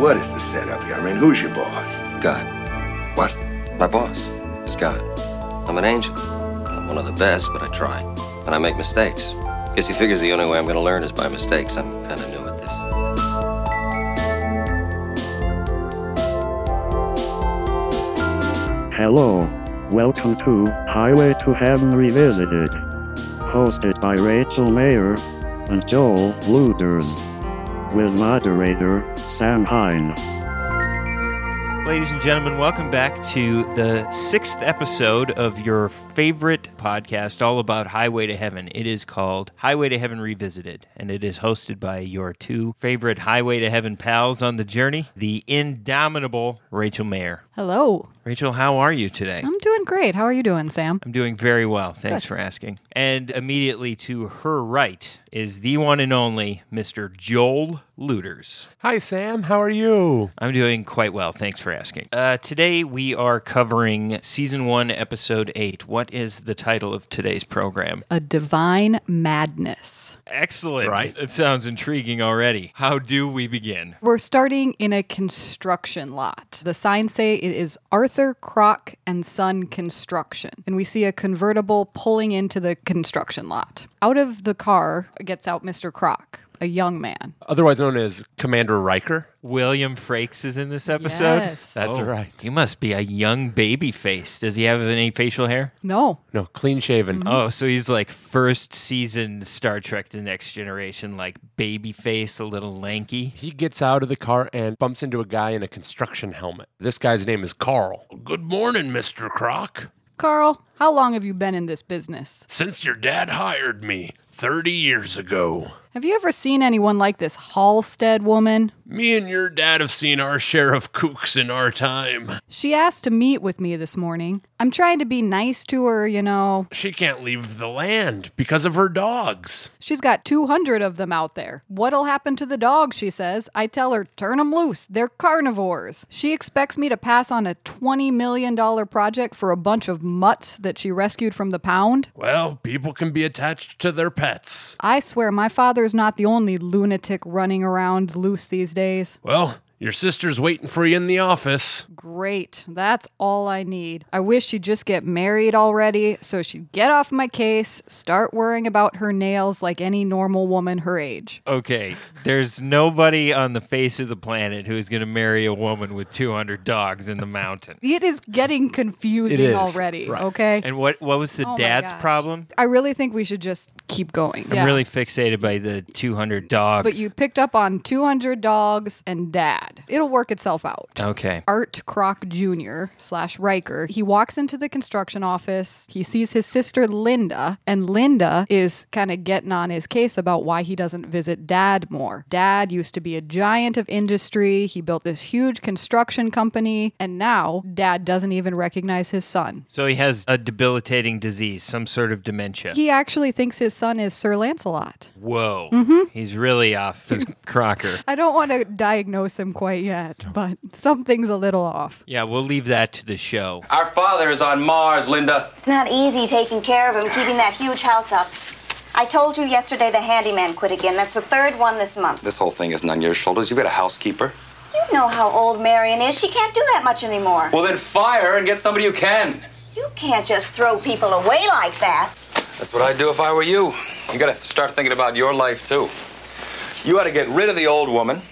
what is the setup here? I mean, who's your boss? God. What? My boss is God. I'm an angel. I'm one of the best, but I try. And I make mistakes. Guess he figures the only way I'm going to learn is by mistakes. I'm kind of new at this. Hello. Welcome to Highway to Heaven Revisited. Hosted by Rachel Mayer and Joel Luders. With moderator Sam Hine. Ladies and gentlemen, welcome back to the sixth episode of your favorite podcast, all about Highway to Heaven. It is called Highway to Heaven Revisited, and it is hosted by your two favorite Highway to Heaven pals on the journey, the indomitable Rachel Mayer. Hello. Rachel, how are you today? I'm doing great. How are you doing, Sam? I'm doing very well. Thanks Good. for asking. And immediately to her right is the one and only Mr. Joel Luders. Hi, Sam. How are you? I'm doing quite well. Thanks for asking. Uh, today we are covering season one, episode eight. What is the title of today's program? A divine madness. Excellent. Right? It sounds intriguing already. How do we begin? We're starting in a construction lot. The signs say it is Arthur Crock and Son Construction. And we see a convertible pulling into the construction lot. Out of the car gets out Mr. Crock, a young man. Otherwise known as Commander Riker. William Frakes is in this episode. Oh, Yes. That's right. He must be a young baby face. Does he have any facial hair? No. No, clean shaven. Oh, so he's like first season Star Trek The Next Generation, like baby face, a little lanky. He gets out of the car and bumps into a guy in a construction helmet. This guy's name is Carl. Good morning, Mr. Croc. Carl, how long have you been in this business? Since your dad hired me 30 years ago, Have you ever seen anyone like this Halstead woman? me and your dad have seen our share of kooks in our time. She asked to meet with me this morning. I'm trying to be nice to her, you know. She can't leave the land because of her dogs. She's got 200 of them out there. What'll happen to the dogs, she says. I tell her, turn them loose. They're carnivores. She expects me to pass on a $20 million project for a bunch of mutts that she rescued from the pound. Well, people can be attached to their pets. I swear my father's not the only lunatic running around loose these days. Well, your sister's waiting for you in the office. Great. That's all I need. I wish she'd just get married already so she'd get off my case, start worrying about her nails like any normal woman her age. Okay, there's nobody on the face of the planet who is going to marry a woman with 200 dogs in the mountain. It is getting confusing is, already, right. okay? And what what was the Oh my dad's gosh. problem? I really think we should just keep going. I'm really fixated by the 200 dog. But you picked up on 200 dogs and dad. It'll work itself out. okay. Art Kroc Jr. slash Riker. He walks into the construction office. He sees his sister Linda, and Linda is kind of getting on his case about why he doesn't visit dad more. Dad used to be a giant of industry. He built this huge construction company, and now dad doesn't even recognize his son. So he has a debilitating disease, some sort of dementia. He actually thinks his son is Sir Lancelot. Whoa. Mm-hmm. He's really off his crocker. I don't want to diagnose him quite yet, but something's a little off. Yeah, we'll leave that to the show. Our father is on Mars, Linda. It's not easy taking care of him, keeping that huge house up. I told you yesterday the handyman quit again. That's the third one this month. This whole thing isn't on your shoulders. You've got a housekeeper. You know how old Marion is. She can't do that much anymore. Well, then fire her and get somebody who can. You can't just throw people away like that. That's what I'd do if I were you. You gotta start thinking about your life, too. You ought to get rid of the old woman,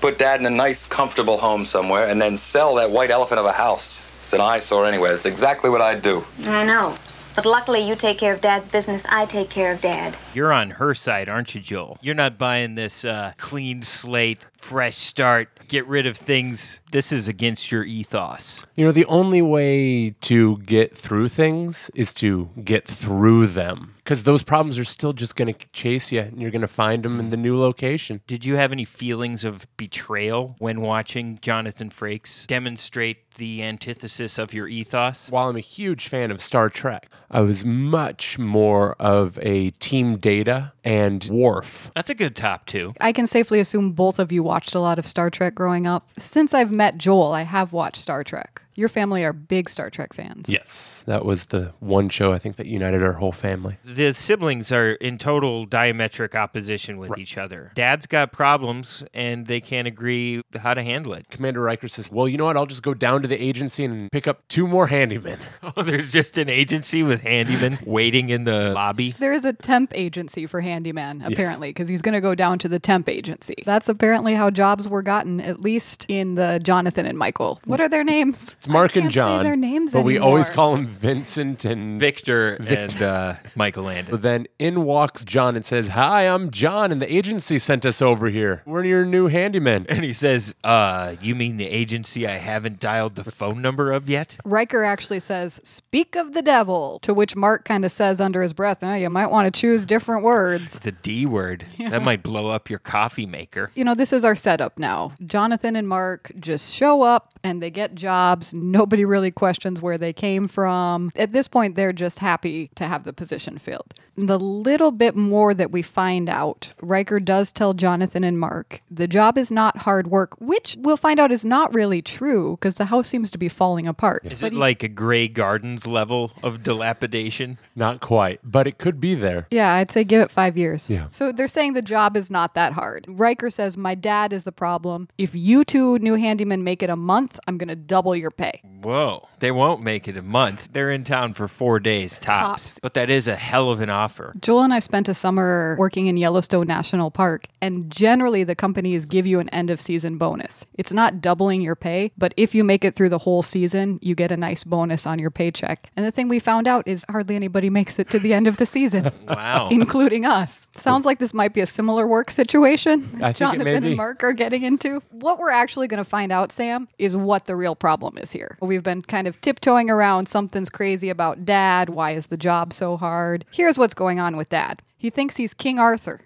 put dad in a nice, comfortable home somewhere, and then sell that white elephant of a house. It's an eyesore anyway. That's exactly what I'd do. I know. But luckily, you take care of Dad's business. I take care of Dad. You're on her side, aren't you, Joel? You're not buying this uh, clean slate, fresh start, get rid of things. This is against your ethos. You know, the only way to get through things is to get through them because those problems are still just going to chase you and you're going to find them in the new location. Did you have any feelings of betrayal when watching Jonathan Frakes demonstrate the antithesis of your ethos? While I'm a huge fan of Star Trek, I was much more of a Team Data and Worf. That's a good top two. I can safely assume both of you watched a lot of Star Trek growing up. Since I've met Joel, I have watched Star Trek. Your family are big Star Trek fans. Yes. That was the one show I think that united our whole family. the siblings are in total diametric opposition with each other. Dad's got problems and they can't agree how to handle it. Commander Riker says, Well, you know what? I'll just go down to the agency and pick up two more handymen. Oh, there's just an agency with handymen waiting in the lobby. There is a temp agency for handyman, apparently, because he's going to go down to the temp agency. That's apparently how jobs were gotten, at least in the Jonathan and Michael. What are their names? Hmm. It's Mark I can't and John. Say their names but we always anymore. call them Vincent and Victor, and uh, Michael Landon. But then in walks John and says, Hi, I'm John, and the agency sent us over here. We're your new handyman. And he says, uh, you mean the agency I haven't dialed the phone number of yet? Riker actually says, "Speak of the devil," to which Mark kind of says under his breath, "Oh, you might want to choose different words." The D word. That might blow up your coffee maker. you know, this is our setup now. Jonathan and Mark just show up and they get jobs. Nobody really questions where they came from. At this point, they're just happy to have the position filled. The little bit more that we find out, Riker does tell Jonathan and Mark the job is not hard work, which we'll find out is not really true because the house seems to be falling apart. Is it like a Grey Gardens level of dilapidation? Not quite, but it could be there. Yeah, I'd say give it five years. Yeah. So they're saying the job is not that hard. Riker says, My dad is the problem. If you two new handymen make it a month, I'm going to double your pay. Whoa. They won't make it a month. They're in town for four days tops. Tops. But that is a hell of an offer. Joel and I spent a summer working in Yellowstone National Park, and generally the companies give you an end of season bonus. It's not doubling your pay, but if you make it through the whole season, you get a nice bonus on your paycheck. And the thing we found out is hardly anybody makes it to the end of the season. Oh. Wow. Including us. Sounds like this might be a similar work situation that I think it may Jonathan be. and Mark are getting into. What we're actually going to find out, Sam, is what the real problem is here. We've been kind of tiptoeing around something's crazy about dad. Why is the job so hard? Here's what's going on with dad. He thinks he's King Arthur.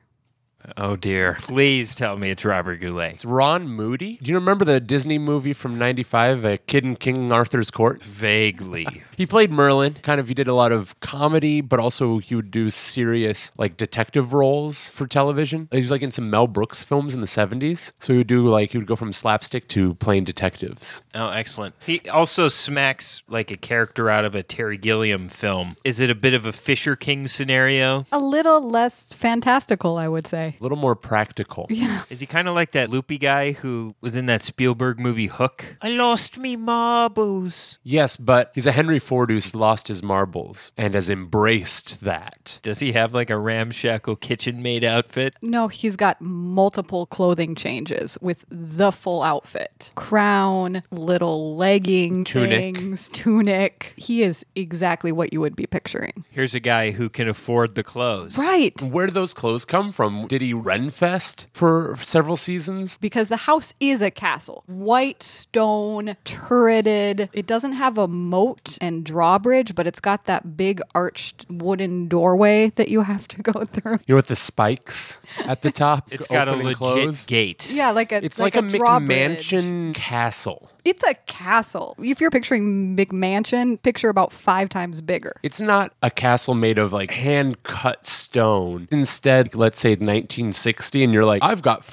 Oh, dear. Please tell me it's Robert Goulet. It's Ron Moody. Do you remember the Disney movie from 95, A Kid in King Arthur's Court? Vaguely. He played Merlin. Kind of, he did a lot of comedy, but also he would do serious, like, detective roles for television. He was, like, in some Mel Brooks films in the 70s. So he would do, like, he would go from slapstick to playing detectives. Oh, excellent. He also smacks like a character out of a Terry Gilliam film. Is it a bit of a Fisher King scenario? A little less fantastical, I would say. A little more practical. Is he kind of like that loopy guy who was in that Spielberg movie Hook? I lost me marbles. Yes, but he's a Henry Ford who's lost his marbles and has embraced that. Does he have like a ramshackle kitchen maid outfit? No, he's got multiple clothing changes with the full outfit crown, little legging Tunic. things, tunic. He is exactly what you would be picturing. Mm. Here's a guy who can afford the clothes. Right. Where do those clothes come from? Did he Renfest for several seasons? because the house is a castle white stone turreted it doesn't have a moat and drawbridge but it's got that big arched wooden doorway that you have to go through You know, with the spikes at the top. It's got a open and legit close. gate. yeah like a It's like, a, drawbridge. McMansion castle. it's a castle if you're picturing mcmansion picture about five times bigger It's not a castle made of like hand cut stone. Instead, let's say 1960, and you're like, I've got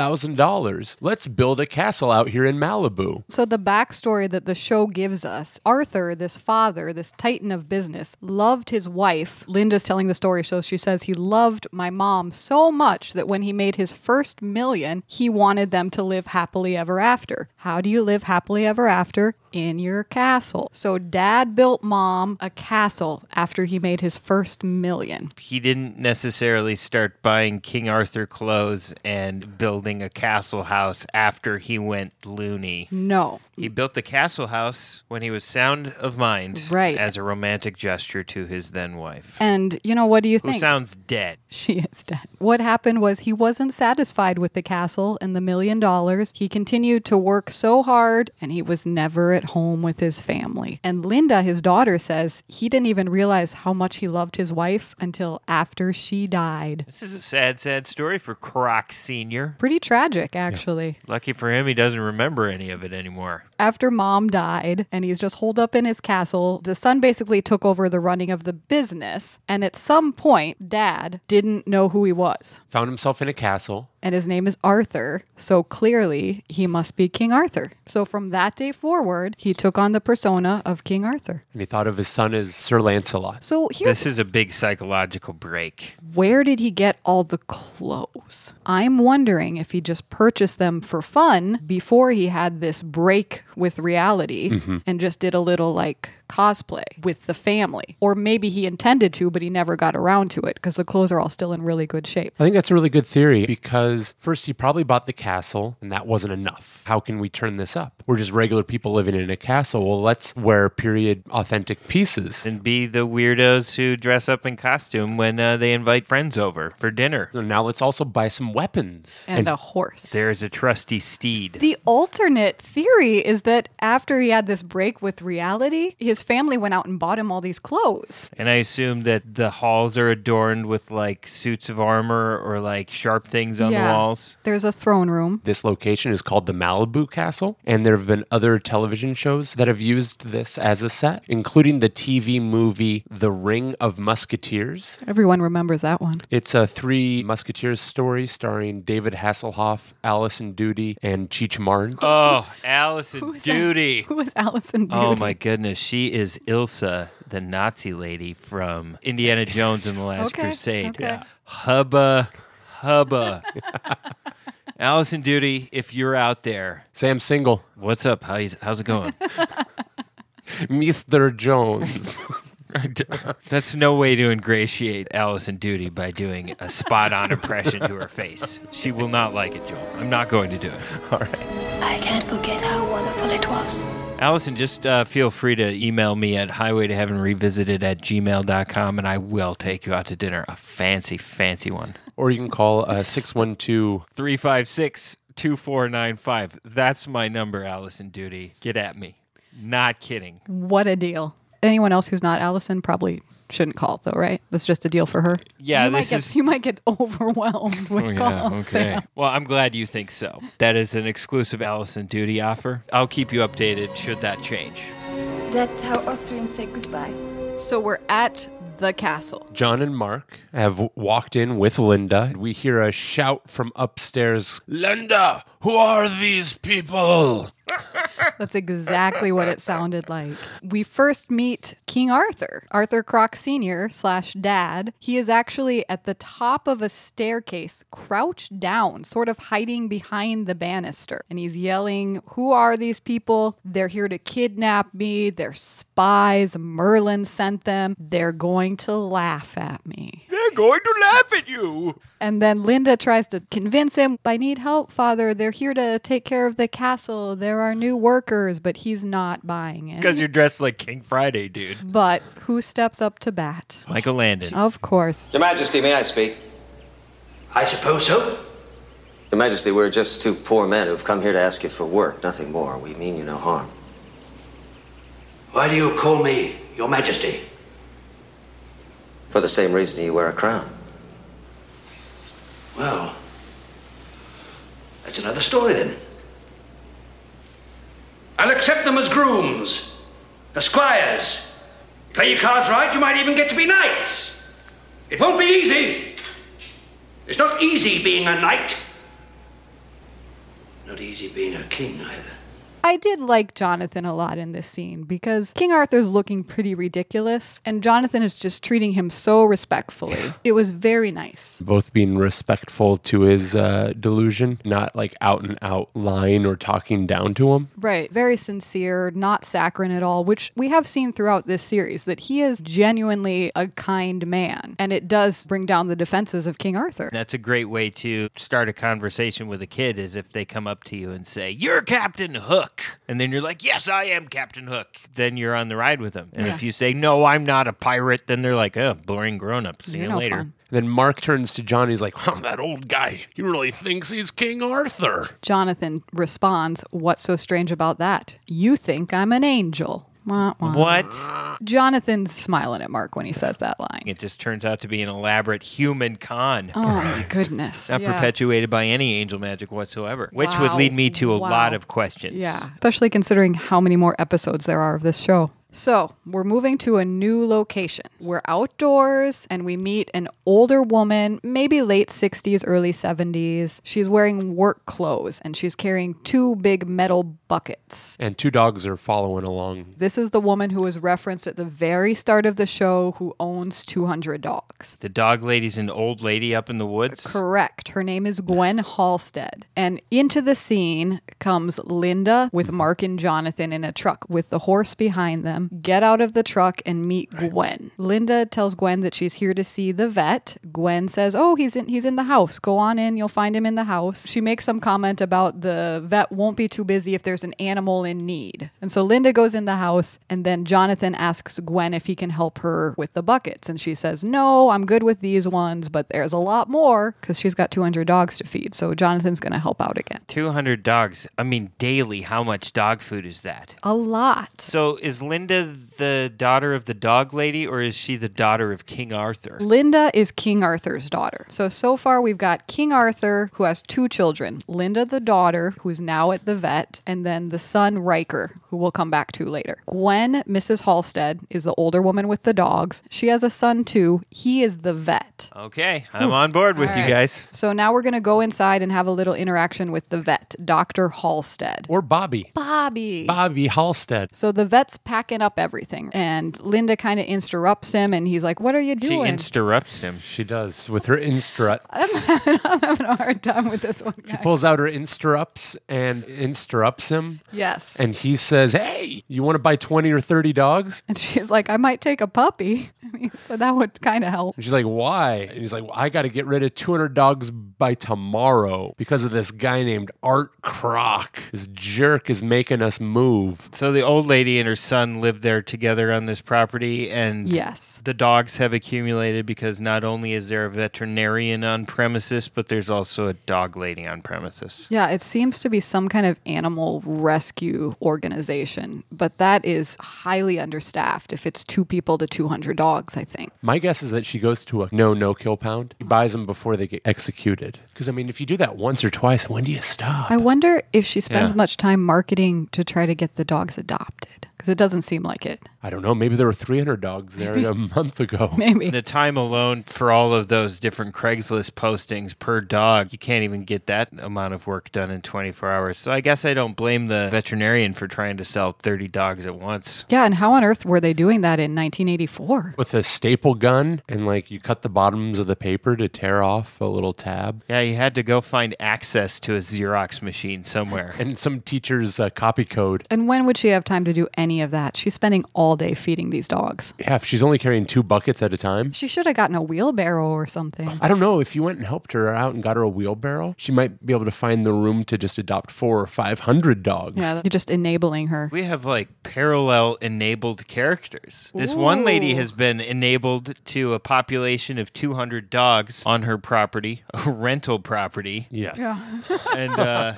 $500,000. Let's build a castle out here in Malibu. So, the backstory that the show gives us Arthur, this father, this titan of business, loved his wife. Linda's telling the story. So, she says he loved my mom so much that when he made his first million, he wanted them to live happily ever after. How do you live happily ever after? In your castle. So, dad built mom a castle after he made his first million. He didn't necessarily start buying King Arthur clothes and building a castle house after he went loony. No. He built the castle house when he was sound of mind, Right. As a romantic gesture to his then wife, And, you know, what do you who think? sounds dead. She is dead. What happened was he wasn't satisfied with the castle and the million dollars. He continued to work so hard and he was never at home with his family. And Linda, his daughter, says he didn't even realize how much he loved his wife until after she died. This is a sad, sad story for Croc Senior. Pretty tragic, actually. Lucky for him, he doesn't remember any of it anymore. after mom died and he's just holed up in his castle, the son basically took over the running of the business. And at some point, dad didn't know who he was. Found himself in a castle. and his name is Arthur. So clearly, he must be King Arthur. So from that day forward, he took on the persona of King Arthur. And he thought of his son as Sir Lancelot. So here's This is a big psychological break. where did he get all the clothes? I'm wondering if he just purchased them for fun before he had this break with reality and just did a little like cosplay with the family. Or maybe he intended to, but he never got around to it because the clothes are all still in really good shape. I think that's a really good theory because first, he probably bought the castle and that wasn't enough. How can we turn this up? We're just regular people living in a castle. Well, let's wear period authentic pieces. And be the weirdos who dress up in costume when uh, they invite friends over for dinner. So now let's also buy some weapons. And, a horse. There's a trusty steed. The alternate theory is that after he had this break with reality, his family went out and bought him all these clothes. And I assume that the halls are adorned with like suits of armor or like sharp things on the walls. There's a throne room. This location is called the Malibu Castle, and there have been other television shows that have used this as a set, including the TV movie The Ring of Musketeers. Everyone remembers that one. It's a three Musketeers story starring David Hasselhoff, Allison Duty, and Cheech Marin. Oh, Allison Who's that? Duty. Who was Allison Duty? Oh my goodness, she is Ilsa, the Nazi lady from Indiana Jones and the Last Okay, Crusade. okay. Yeah. Hubba, hubba. Allison Duty, if you're out there, Sam Single, what's up? How's, how's it going? Mr. Jones. That's no way to ingratiate Allison Duty by doing a spot on impression to her face. She will not like it, Joel. I'm not going to do it. All right. I can't forget how wonderful it was. Allison, just uh, feel free to email me at highway to heaven revisited at gmail.com and I will take you out to dinner. A fancy, fancy one. or you can call uh, 612 356 2495. That's my number, Allison Duty. Get at me. Not kidding. What a deal. Anyone else who's not Allison probably shouldn't call, though, right? That's just a deal for her. Yeah, you might this get, is- Oh, You might get overwhelmed with calls. Yeah. Well, I'm glad you think so. That is an exclusive Allison Duty offer. I'll keep you updated should that change. That's how Austrians say goodbye. So we're at the castle. John and Mark have walked in with Linda. We hear a shout from upstairs Linda, who are these people? That's exactly what it sounded like. We first meet King Arthur, Arthur Croc Sr. slash dad. He is actually at the top of a staircase, crouched down, sort of hiding behind the banister. And he's yelling, Who are these people? They're here to kidnap me. They're spies. Merlin sent them. They're going to laugh at me. They're going to laugh at you. And then Linda tries to convince him, I need help, father. They're here to take care of the castle. There are new workers, but he's not buying it. Because you're dressed like King Friday, dude. But who steps up to bat? Michael Landon. Of course. Your Majesty, may I speak? I suppose so. Your Majesty, we're just two poor men who've come here to ask you for work, nothing more. We mean you no harm. Why do you call me Your Majesty? For the same reason you wear a crown. Well, that's another story then. I'll accept them as grooms, as squires. Play your cards right, you might even get to be knights. It won't be easy. It's not easy being a knight. Not easy being a king either. I did like Jonathan a lot in this scene because King Arthur's looking pretty ridiculous and Jonathan is just treating him so respectfully. it was very nice. both being respectful to his uh, delusion, not like out and out lying or talking down to him. Right. Very sincere, not saccharine at all, which we have seen throughout this series that he is genuinely a kind man. And it does bring down the defenses of King Arthur. That's a great way to start a conversation with a kid is if they come up to you and say, You're Captain Hook. And then you're like, Yes, I am Captain Hook. Then you're on the ride with them. And if you say, No, I'm not a pirate, then they're like, Oh, boring grown up. See You're you no later. fun. Then Mark turns to John. He's like, "Huh, "That old guy. He really thinks he's King Arthur." Jonathan responds, What's so strange about that? You think I'm an angel. Wah, wah. What? Jonathan's smiling at Mark when he says that line. It just turns out to be an elaborate human con. Oh my goodness. Not Yeah. perpetuated by any angel magic whatsoever, which would Wow. lead me to a Wow. lot of questions. Yeah. Especially considering how many more episodes there are of this show. So we're moving to a new location. We're outdoors and we meet an older woman, maybe late 60s, early 70s. She's wearing work clothes and she's carrying two big metal buckets. And two dogs are following along. This is the woman who was referenced at the very start of the show who owns 200 dogs. The dog lady's an old lady up in the woods. Correct. Her name is Gwen Halstead. And into the scene comes Linda with Mark and Jonathan in a truck with the horse behind them. Get out of the truck and meet Gwen. Linda tells Gwen that she's here to see the vet. Gwen says, "Oh, he's in he's in the house. Go on in. You'll find him in the house." She makes some comment about the vet won't be too busy if there's an animal in need. And so Linda goes in the house and then Jonathan asks Gwen if he can help her with the buckets and she says, "No, I'm good with these ones, but there's a lot more cuz she's got 200 dogs to feed." So Jonathan's going to help out again. 200 dogs. I mean, daily, how much dog food is that? A lot. So is Linda the daughter of the dog lady or is she the daughter of King Arthur? Linda is King Arthur's daughter. So, so far we've got King Arthur, who has two children Linda, the daughter, who's now at the vet, and then the son, Riker, who we'll come back to later. Gwen, Mrs. Halstead, is the older woman with the dogs. She has a son too. He is the vet. Okay, I'm on board with All you right. guys. So now we're going to go inside and have a little interaction with the vet, Dr. Halstead. Or Bobby. Bobby. Bobby Halstead. So the vet's packing up everything, and Linda kind of interrupts him, and he's like, What are you She doing? interrupts him. She does with her instruts. I'm having a hard time with this one. She guy. pulls out her instruts and instruts him. Yes. And he says, Hey, you want to buy 20 or 30 dogs? And she's like, I might take a puppy. And he said, that would kind of help. And she's like, Why? And he's like, well, I got to get rid of 200 dogs by tomorrow because of this guy named Art Croc. This jerk is making us move. So the old lady and her son live there together on this property, and Yes. the dogs have accumulated because not only is there a veterinarian on premises, but there's also a dog lady on premises. Yeah, it seems to be some kind of animal rescue organization, but that is highly understaffed if it's two people to 200 dogs, I think. My guess is that she goes to a no, no kill pound. She buys them before they get executed. Because, I mean, if you do that once or twice, when do you stop? I wonder if she spends Yeah. much time marketing to try to get the dogs adopted because it doesn't seem like it. I don't know. Maybe there were 300 dogs there a month ago. Maybe. The time alone for all of those different Craigslist postings per dog, you can't even get that amount of work done in 24 hours. So I guess I don't blame the veterinarian for trying to sell 30 dogs at once. Yeah, and how on earth were they doing that in 1984? With a staple gun, and like you cut the bottoms of the paper to tear off a little tab. Yeah, you had to go find access to a Xerox machine somewhere. And some teacher's uh, copy code. And when would she have time to do any of that? She's spending all day feeding these dogs. Yeah, if she's only carrying two buckets at a time. She should have gotten a wheelbarrow or something. I don't know. If you went and helped her out and got her a wheelbarrow, she might be able to find the room to just adopt four or 500 dogs. Yeah, you're just enabling her. We have like parallel enabled characters. This one lady has been enabled to a population of 200 dogs on her property, a rental property. Yes. And uh,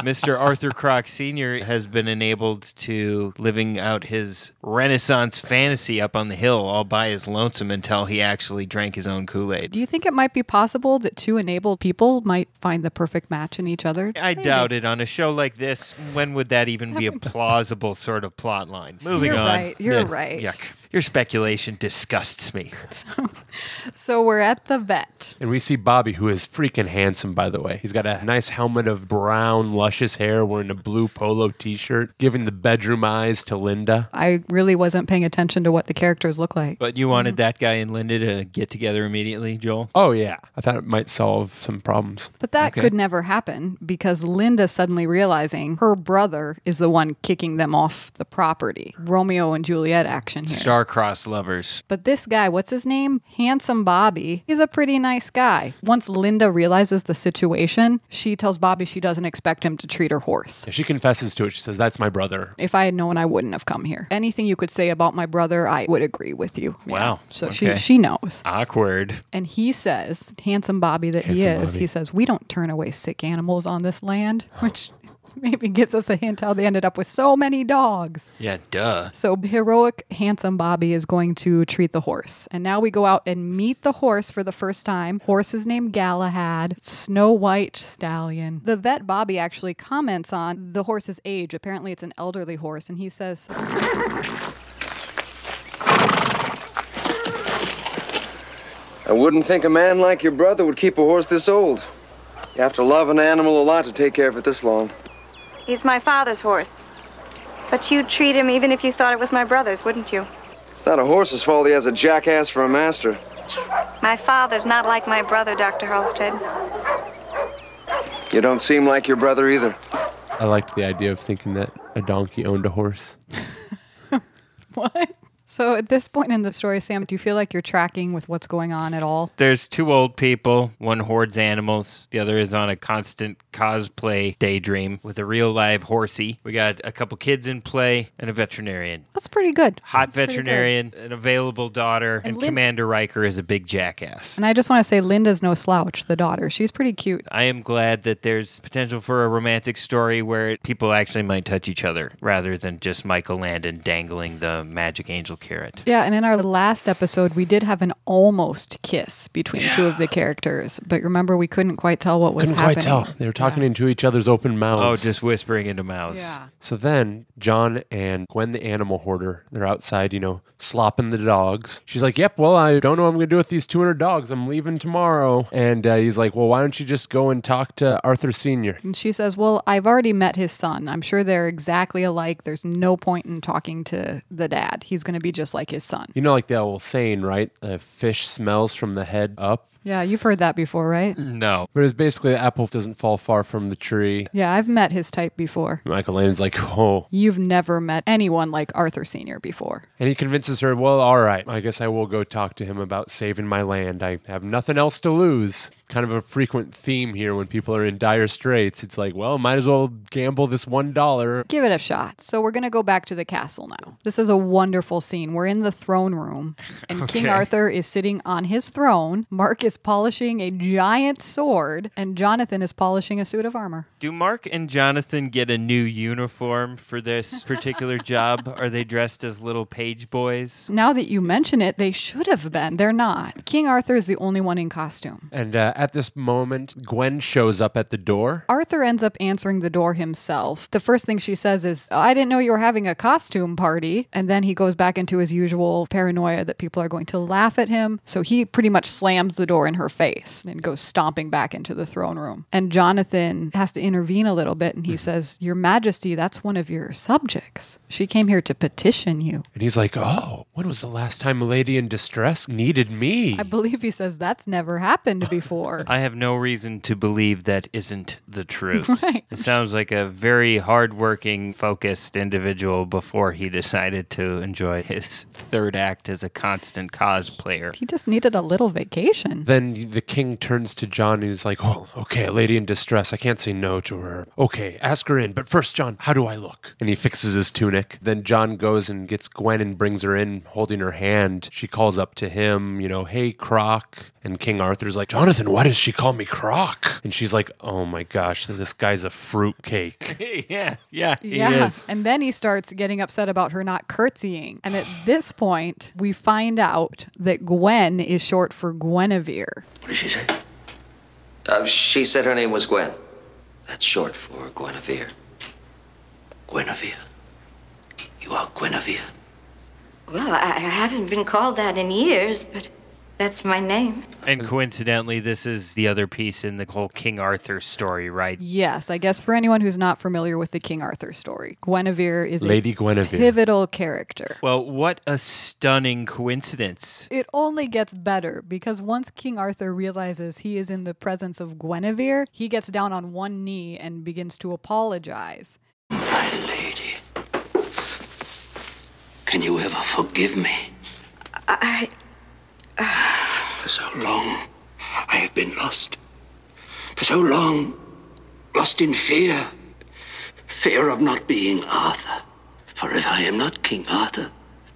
Mr. Arthur Croc Sr. has been enabled to living out his Renaissance fantasy up on the hill all by his lonesome until he actually drank his own Kool Aid. Do you think it might be possible that two enabled people might find the perfect match in each other? I doubt it. On a show like this, when would that even be a plausible sort of plot line? Moving You're on. right. You're Yeah. right. Yuck. Your speculation disgusts me. So we're at the vet. And we see Bobby, who is freaking handsome, by the way. He's got a nice helmet of brown, luscious hair, wearing a blue polo t shirt, giving the bedroom eyes to Linda. I really wasn't paying attention to what the characters look like. But you wanted that guy and Linda to get together immediately, Joel? Oh, yeah. I thought it might solve some problems. But that Okay. could never happen because Linda suddenly realizing her brother is the one kicking them off the property. Romeo and Juliet action here. Star-crossed lovers. But this guy, what's his name? Handsome Bobby. He's a pretty nice guy. Once Linda realizes the situation, she tells Bobby she doesn't expect him to treat her horse. She confesses to it. She says, That's my brother. If I had known, I wouldn't have come here. Anything you could say about my brother, I would agree with you. Yeah. Wow. So Okay. she she knows. Awkward. And he says, handsome Bobby that he Handsome is, Bobby. he says, we don't turn away sick animals on this land, which maybe gives us a hint how they ended up with so many dogs. Yeah, duh. So heroic, handsome Bobby is going to treat the horse. And now we go out and meet the horse for the first time. Horse is named Galahad, Snow White Stallion. The vet Bobby actually comments on the horse's age. Apparently, it's an elderly horse. And he says, I wouldn't think a man like your brother would keep a horse this old. You have to love an animal a lot to take care of it this long. He's my father's horse. But you'd treat him even if you thought it was my brother's, wouldn't you? It's not a horse's fault he has a jackass for a master. My father's not like my brother, Dr. Halstead. You don't seem like your brother either. I liked the idea of thinking that a donkey owned a horse. What? So at this point in the story, Sam, do you feel like you're tracking with what's going on at all? There's two old people. One hoards animals. The other is on a constant cosplay daydream with a real live horsey. We got a couple kids in play and a veterinarian. That's pretty good. Hot That's pretty good. veterinarian, an available daughter, and, And Lin- Commander Riker is a big jackass. And I just want to say Linda's no slouch, the daughter. She's pretty cute. I am glad that there's potential for a romantic story where people actually might touch each other rather than just Michael Landon dangling the magic angel carrot. Yeah, and in our last episode, we did have an almost kiss between two of the characters, but remember we couldn't quite tell what was Couldn't happening. quite tell. They were talking into each other's open Oh, mouths. just whispering into mouths. Yeah. So then John and Gwen, the animal hoarder, they're outside, you know, slopping the dogs. She's like, Yep, well, I don't know what I'm going to do with these 200 dogs. I'm leaving tomorrow. And uh, he's like, Well, why don't you just go and talk to Arthur Sr.? And she says, "Well, I've already met his son. I'm sure they're exactly alike. There's no point in talking to the dad. He's going to be just like his son." You know, like the old saying, right? A fish smells from the head up. Yeah, you've heard that before, right? No. But it's basically the apple doesn't fall far from the tree. Yeah, I've met his type before. Michael Landon's like, Oh. You've never met anyone like Arthur Sr. before. And he convinces her, Well, all right, I guess I will go talk to him about saving my land. I have nothing else to lose. Kind of a frequent theme here when people are in dire straits. It's like, Well, might as well gamble this one dollar. Give it a shot. So we're going to go back to the castle now. This is a wonderful scene. We're in the throne room, and King Okay. Arthur is sitting on his throne. Mark is polishing a giant sword, and Jonathan is polishing a suit of armor. Do Mark and Jonathan get a new uniform for this particular job? Are they dressed as little page boys? Now that you mention it, they should have been. They're not. King Arthur is the only one in costume. And uh, at this moment, Gwen shows up at the door. Arthur ends up answering the door himself. The first thing she says is, I didn't know you were having a costume party. And then he goes back into his usual paranoia that people are going to laugh at him. So he pretty much slams the door in her face and goes stomping back into the throne room. And Jonathan has to intervene a little bit and he says, Your Majesty, that's one of your subjects. She came here to petition you. And he's like, Oh, when was the last time a lady in distress needed me? I believe he says, That's never happened before. I have no reason to believe that isn't the truth. It sounds like a very hardworking, focused individual before he decided to enjoy his third act as a constant cosplayer. he just needed a little vacation. Then the king turns to John and he's like, Oh, okay, a lady in distress. I can't say no to her. Okay, ask her in. But first, John, how do I look? And he fixes his tunic. Then John goes and gets Gwen and brings her in, holding her hand. She calls up to him, you know, Hey, Croc. And King Arthur's like, Jonathan, why does she call me Croc? And she's like, Oh my gosh, this guy's a fruitcake. yeah, yeah, he Yeah. is. And then he starts getting upset about her not curtsying. And at this point, we find out that Gwen is short for Guinevere. What did she say? Uh, she said her name was Gwen. That's short for Guinevere. Guinevere. You are Guinevere. Well, I, I haven't been called that in years, but that's my name. And coincidentally, this is the other piece in the whole King Arthur story, right? Yes, I guess for anyone who's not familiar with the King Arthur story, Guinevere is Lady a Guinevere. pivotal character. Well, what a stunning coincidence. It only gets better because once King Arthur realizes he is in the presence of Guinevere, he gets down on one knee and begins to apologize. My lady. Can you ever forgive me? I. uh. For so long, I have been lost. For so long, lost in fear. Fear of not being Arthur. For if I am not King Arthur,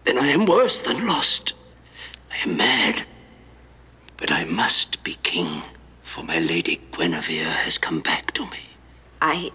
then I am worse than lost. I am mad. But I must be king, for my lady Guinevere has come back to me. I.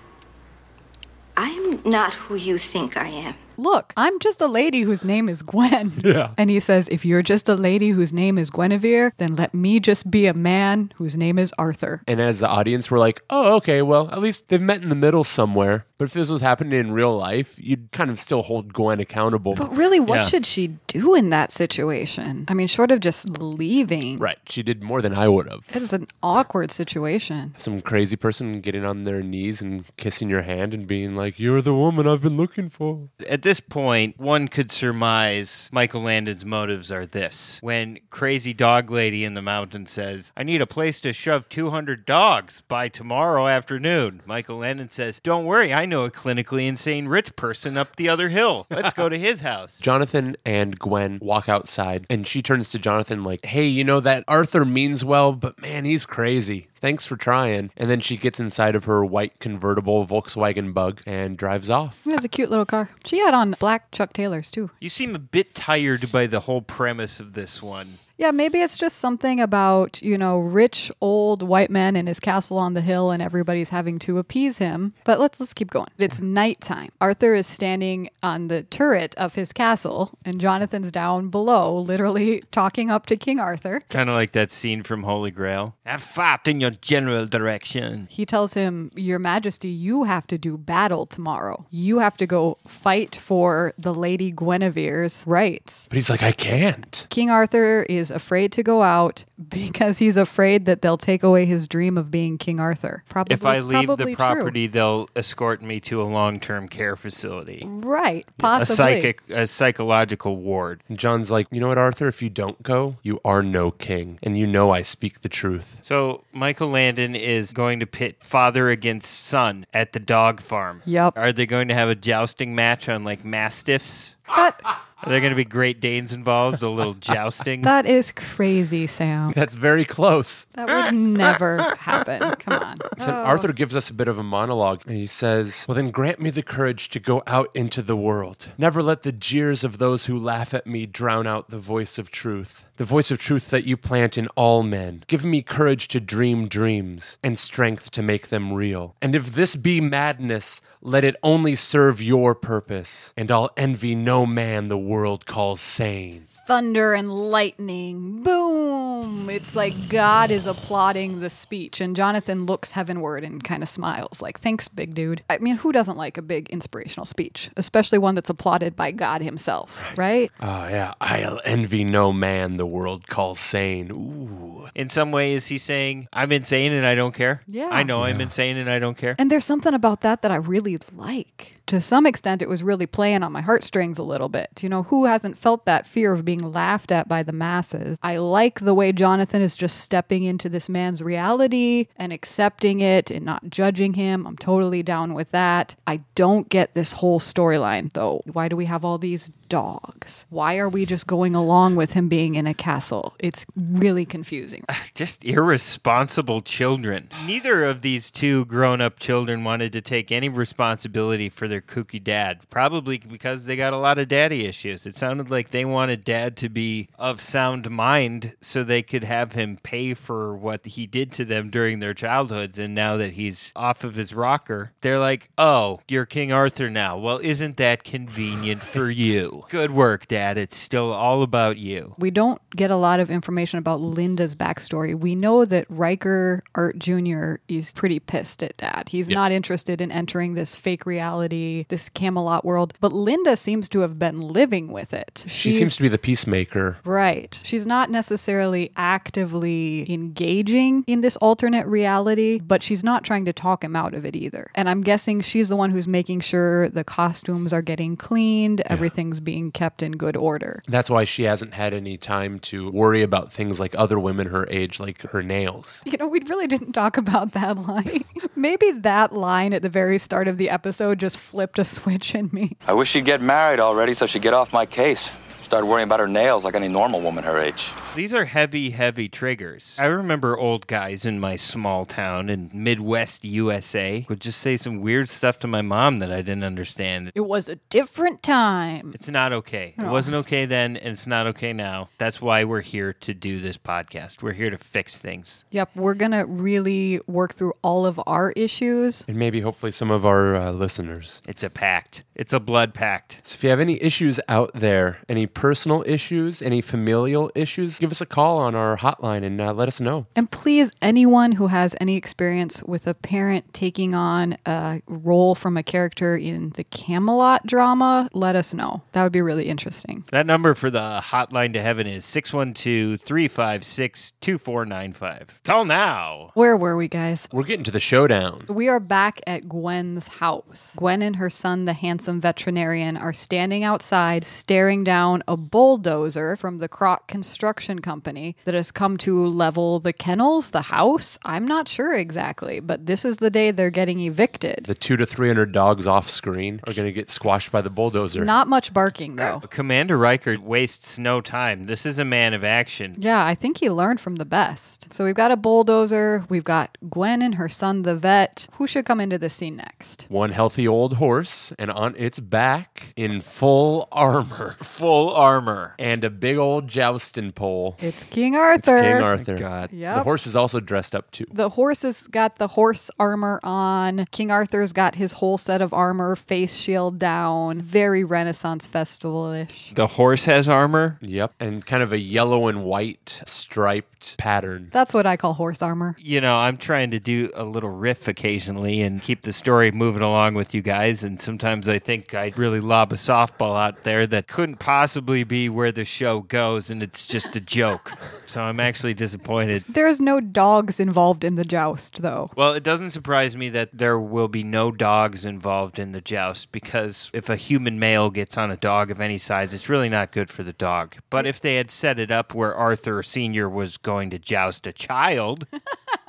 I'm not who you think I am. Look, I'm just a lady whose name is Gwen. Yeah. And he says, If you're just a lady whose name is Guinevere, then let me just be a man whose name is Arthur. And as the audience, we're like, oh, okay, well, at least they've met in the middle somewhere. But if this was happening in real life, you'd kind of still hold Gwen accountable. But really, what Yeah. should she do in that situation? I mean, short of just leaving, Right. She did more than I would have. it is an awkward situation. Some crazy person getting on their knees and kissing your hand and being like, you're the woman I've been looking for. At this point, one could surmise Michael Landon's motives are this. When crazy dog lady in the mountain says, I need a place to shove 200 dogs by tomorrow afternoon, Michael Landon says, Don't worry, I know a clinically insane rich person up the other hill. Let's go to his house. Jonathan and Gwen walk outside, and she turns to Jonathan, like, Hey, you know, that Arthur means well, but man, he's crazy. Thanks for trying. And then she gets inside of her white convertible Volkswagen bug and drives off. It was a cute little car. She had on black Chuck Taylors, too. You seem a bit tired by the whole premise of this one. Yeah, maybe it's just something about, you know, rich old white man in his castle on the hill and everybody's having to appease him. But let's let's keep going. It's nighttime. Arthur is standing on the turret of his castle and Jonathan's down below, literally talking up to King Arthur. Kind of like that scene from Holy Grail. I fought in your general direction. He tells him, Your Majesty, you have to do battle tomorrow. You have to go fight for the Lady Guinevere's rights. But he's like, I can't. King Arthur is afraid to go out because he's afraid that they'll take away his dream of being King Arthur. Probably, if I leave probably the true. property, they'll escort me to a long term care facility. right? Possibly. A psychic, a psychological ward. And John's like, You know what, Arthur? If you don't go, you are no king. And you know I speak the truth. So Michael Landon is going to pit father against son at the dog farm. Yep. Are they going to have a jousting match on like mastiffs? That Are there going to be Great Danes involved? A little jousting. that is crazy, Sam. That's very close. That would never happen. Come on. So Oh. Arthur gives us a bit of a monologue, and he says, Well, then grant me the courage to go out into the world. Never let the jeers of those who laugh at me drown out the voice of truth, the voice of truth that you plant in all men. Give me courage to dream dreams and strength to make them real. And if this be madness, let it only serve your purpose, and I'll envy no man the world calls sane. thunder and lightning. Boom! It's like God is applauding the speech. And Jonathan looks heavenward and kind of smiles, like, thanks, big dude. I mean, who doesn't like a big inspirational speech, especially one that's applauded by God himself, right? Oh, yeah. I'll envy no man the world calls sane. Ooh. In some way, is he saying, I'm insane and I don't care? Yeah. I know I'm insane and I don't care. And there's something about that that I really like. To some extent, it was really playing on my heartstrings a little bit. You know, who hasn't felt that fear of being laughed at by the masses? I like the way Jonathan is just stepping into this man's reality and accepting it and not judging him. I'm totally down with that. I don't get this whole storyline, though. Why do we have all these dogs? Why are we just going along with him being in a castle? It's really confusing. just irresponsible children. Neither of these two grown up children wanted to take any responsibility for their kooky dad, probably because they got a lot of daddy issues. It sounded like they wanted dad to be of sound mind so they could have him pay for what he did to them during their childhoods. And now that he's off of his rocker, they're like, oh, you're King Arthur now. Well, isn't that convenient for you? Good work, dad. It's still all about you. We don't get a lot of information about Linda's backstory. We know that Riker Art Jr. is pretty pissed at dad. He's not interested in entering this fake reality, this Camelot world. But Linda seems to have been living with it. She seems to be the peacemaker. Right. She's not necessarily actively engaging in this alternate reality, but she's not trying to talk him out of it either. And I'm guessing she's the one who's making sure the costumes are getting cleaned, everything's being kept in good order. That's why she hasn't had any time to worry about things like other women her age, like her nails. You know, we really didn't talk about that line. Maybe that line at the very start of the episode just flipped a switch in me. I wish she'd get married already so she'd get off my case. Started worrying about her nails like any normal woman her age. These are heavy, heavy triggers. I remember old guys in my small town in Midwest USA would just say some weird stuff to my mom that I didn't understand. It was a different time. It's not okay. It No, wasn't it's- okay then, and it's not okay now. That's why we're here to do this podcast. We're here to fix things. Yep, we're going to really work through all of our issues. And maybe hopefully some of our uh, listeners. It's a pact, it's a blood pact. So if you have any issues out there, any personal issues, any familial issues, give us a call on our hotline and uh, let us know. And please, anyone who has any experience with a parent taking on a role from a character in the Camelot drama, let us know. That would be really interesting. That number for the hotline to heaven is 612 356 2495. Call now. Where were we, guys? We're getting to the showdown. We are back at Gwen's house. Gwen and her son, the handsome veterinarian, are standing outside staring down a bulldozer from the Croc Construction Company that has come to level the kennels, the house. I'm not sure exactly, but this is the day they're getting evicted. The two to 300 dogs off screen are going to get squashed by the bulldozer. Not much barking, though. Commander Riker wastes no time. This is a man of action. Yeah, I think he learned from the best. So we've got a bulldozer, we've got Gwen and her son, the vet. Who should come into the scene next? One healthy old horse, and on its back, in full armor, full armor, and a big old jousting pole. It's King Arthur. It's King Arthur. God. Yep. The horse is also dressed up too. The horse has got the horse armor on. King Arthur's got his whole set of armor, face shield down. Very Renaissance festival ish. The horse has armor. Yep. And kind of a yellow and white striped pattern. That's what I call horse armor. You know, I'm trying to do a little riff occasionally and keep the story moving along with you guys. And sometimes I think I really lob a softball out there that couldn't possibly be where the show goes, and it's just a joke. so I'm actually disappointed. There's no dogs involved in the joust, though. Well, it doesn't surprise me that there will be no dogs involved in the joust because if a human male gets on a dog of any size, it's really not good for the dog. But if they had set it up where Arthur Sr. was going to joust a child,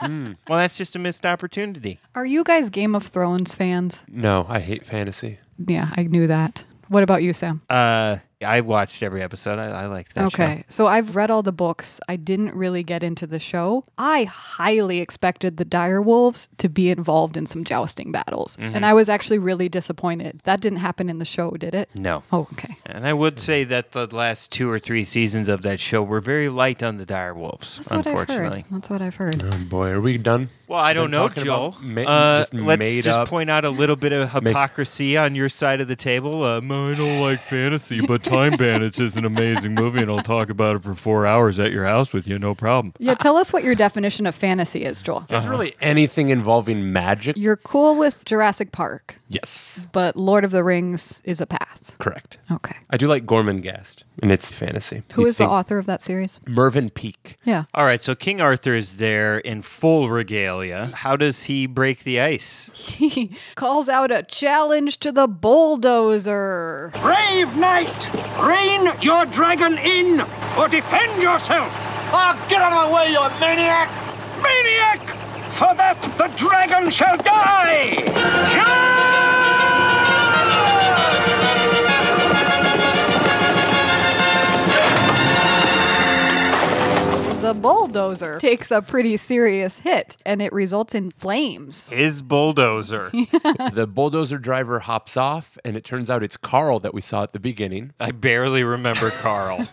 well, that's just a missed opportunity. Are you guys Game of Thrones fans? No, I hate fantasy. Yeah, I knew that. What about you, Sam? Uh, I watched every episode. I, I like that. okay, so I've read all the books. I didn't really get into the show. I highly expected the dire wolves to be involved in some jousting battles, and I was actually really disappointed. That didn't happen in the show, did it? show. No. Oh, okay. And I would say that the last two or three seasons of that show were very light on the direwolves, That's what I've unfortunately. heard. That's what I've heard. Oh boy, are we done? Well, I don't Been know, talking Joel. about ma- uh, just let's made just up- point out a little bit of hypocrisy on your side of the table. Um, I don't like fantasy, but Time Bandits is an amazing movie, and I'll talk about it for four hours at your house with you, no problem. Yeah, tell us what your definition of fantasy is, Joel. Is really anything involving magic? You're cool with Jurassic Park, yes. but Lord of the Rings is a pass. Correct. Okay. I do like Gormenghast, and it's fantasy. Who You is the think- author of that series? Mervyn Peak. Yeah. All right, so King Arthur is there in full regalia. How does he break the ice? He calls out a challenge to the bulldozer. Brave knight, rein your dragon in or defend yourself. Ah, get out of my way, you maniac! Maniac! For that the dragon shall die! The bulldozer takes a pretty serious hit and it results in flames. His bulldozer. the bulldozer driver hops off, and it turns out it's Carl that we saw at the beginning. I barely remember Carl.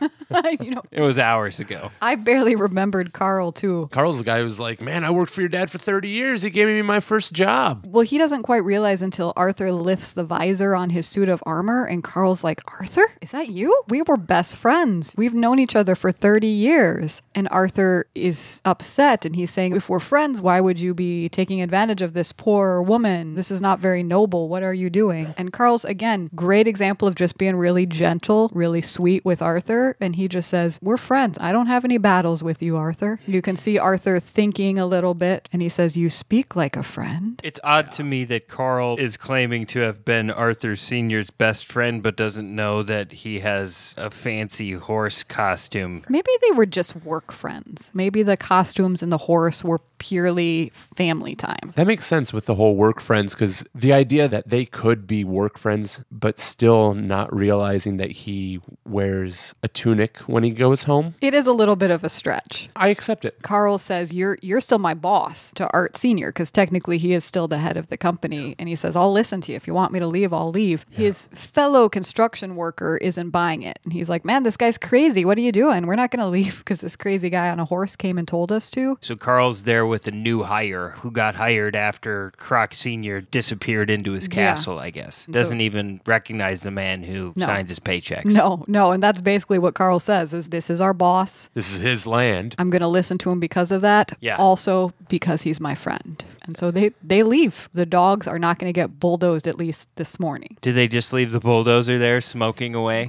you know, It was hours ago. I barely remembered Carl too. Carl's the guy who's like, Man, I worked for your dad for 30 years. He gave me my first job. Well, he doesn't quite realize until Arthur lifts the visor on his suit of armor, and Carl's like, Arthur, is that you? We were best friends. We've known each other for 30 years. And Arthur is upset and he's saying, If we're friends, why would you be taking advantage of this poor woman? This is not very noble. What are you doing? And Carl's, again, great example of just being really gentle, really sweet with Arthur. And he just says, We're friends. I don't have any battles with you, Arthur. You can see Arthur thinking a little bit, and he says, You speak like a friend. It's odd to me that Carl is claiming to have been Arthur Sr.'s best friend, but doesn't know that he has a fancy horse costume. Maybe they were just work friends. Maybe the costumes and the horse were purely family time. That makes sense with the whole work friends because the idea that they could be work friends, but still not realizing that he wears a tunic when he goes home. It is a little bit of a stretch. I accept it. Carl says, "You're you're still my boss to Art Senior because technically he is still the head of the company." And he says, "I'll listen to you. If you want me to leave, I'll leave." His fellow construction worker isn't buying it, and he's like, "Man, this guy's crazy. What are you doing? We're not going to leave because this crazy guy on a horse came and told us to." So Carl's there with a new hire who got hired after Croc Sr. disappeared into his Yeah. castle, I guess. So- Doesn't even recognize the man who No. signs his paychecks. No, no, and that's basically what Carl says: "Is this is our boss? This is his land. I'm going to listen to him because of that. Yeah. Also because he's my friend. And so they they leave. The dogs are not going to get bulldozed at least this morning. Did they just leave the bulldozer there smoking away?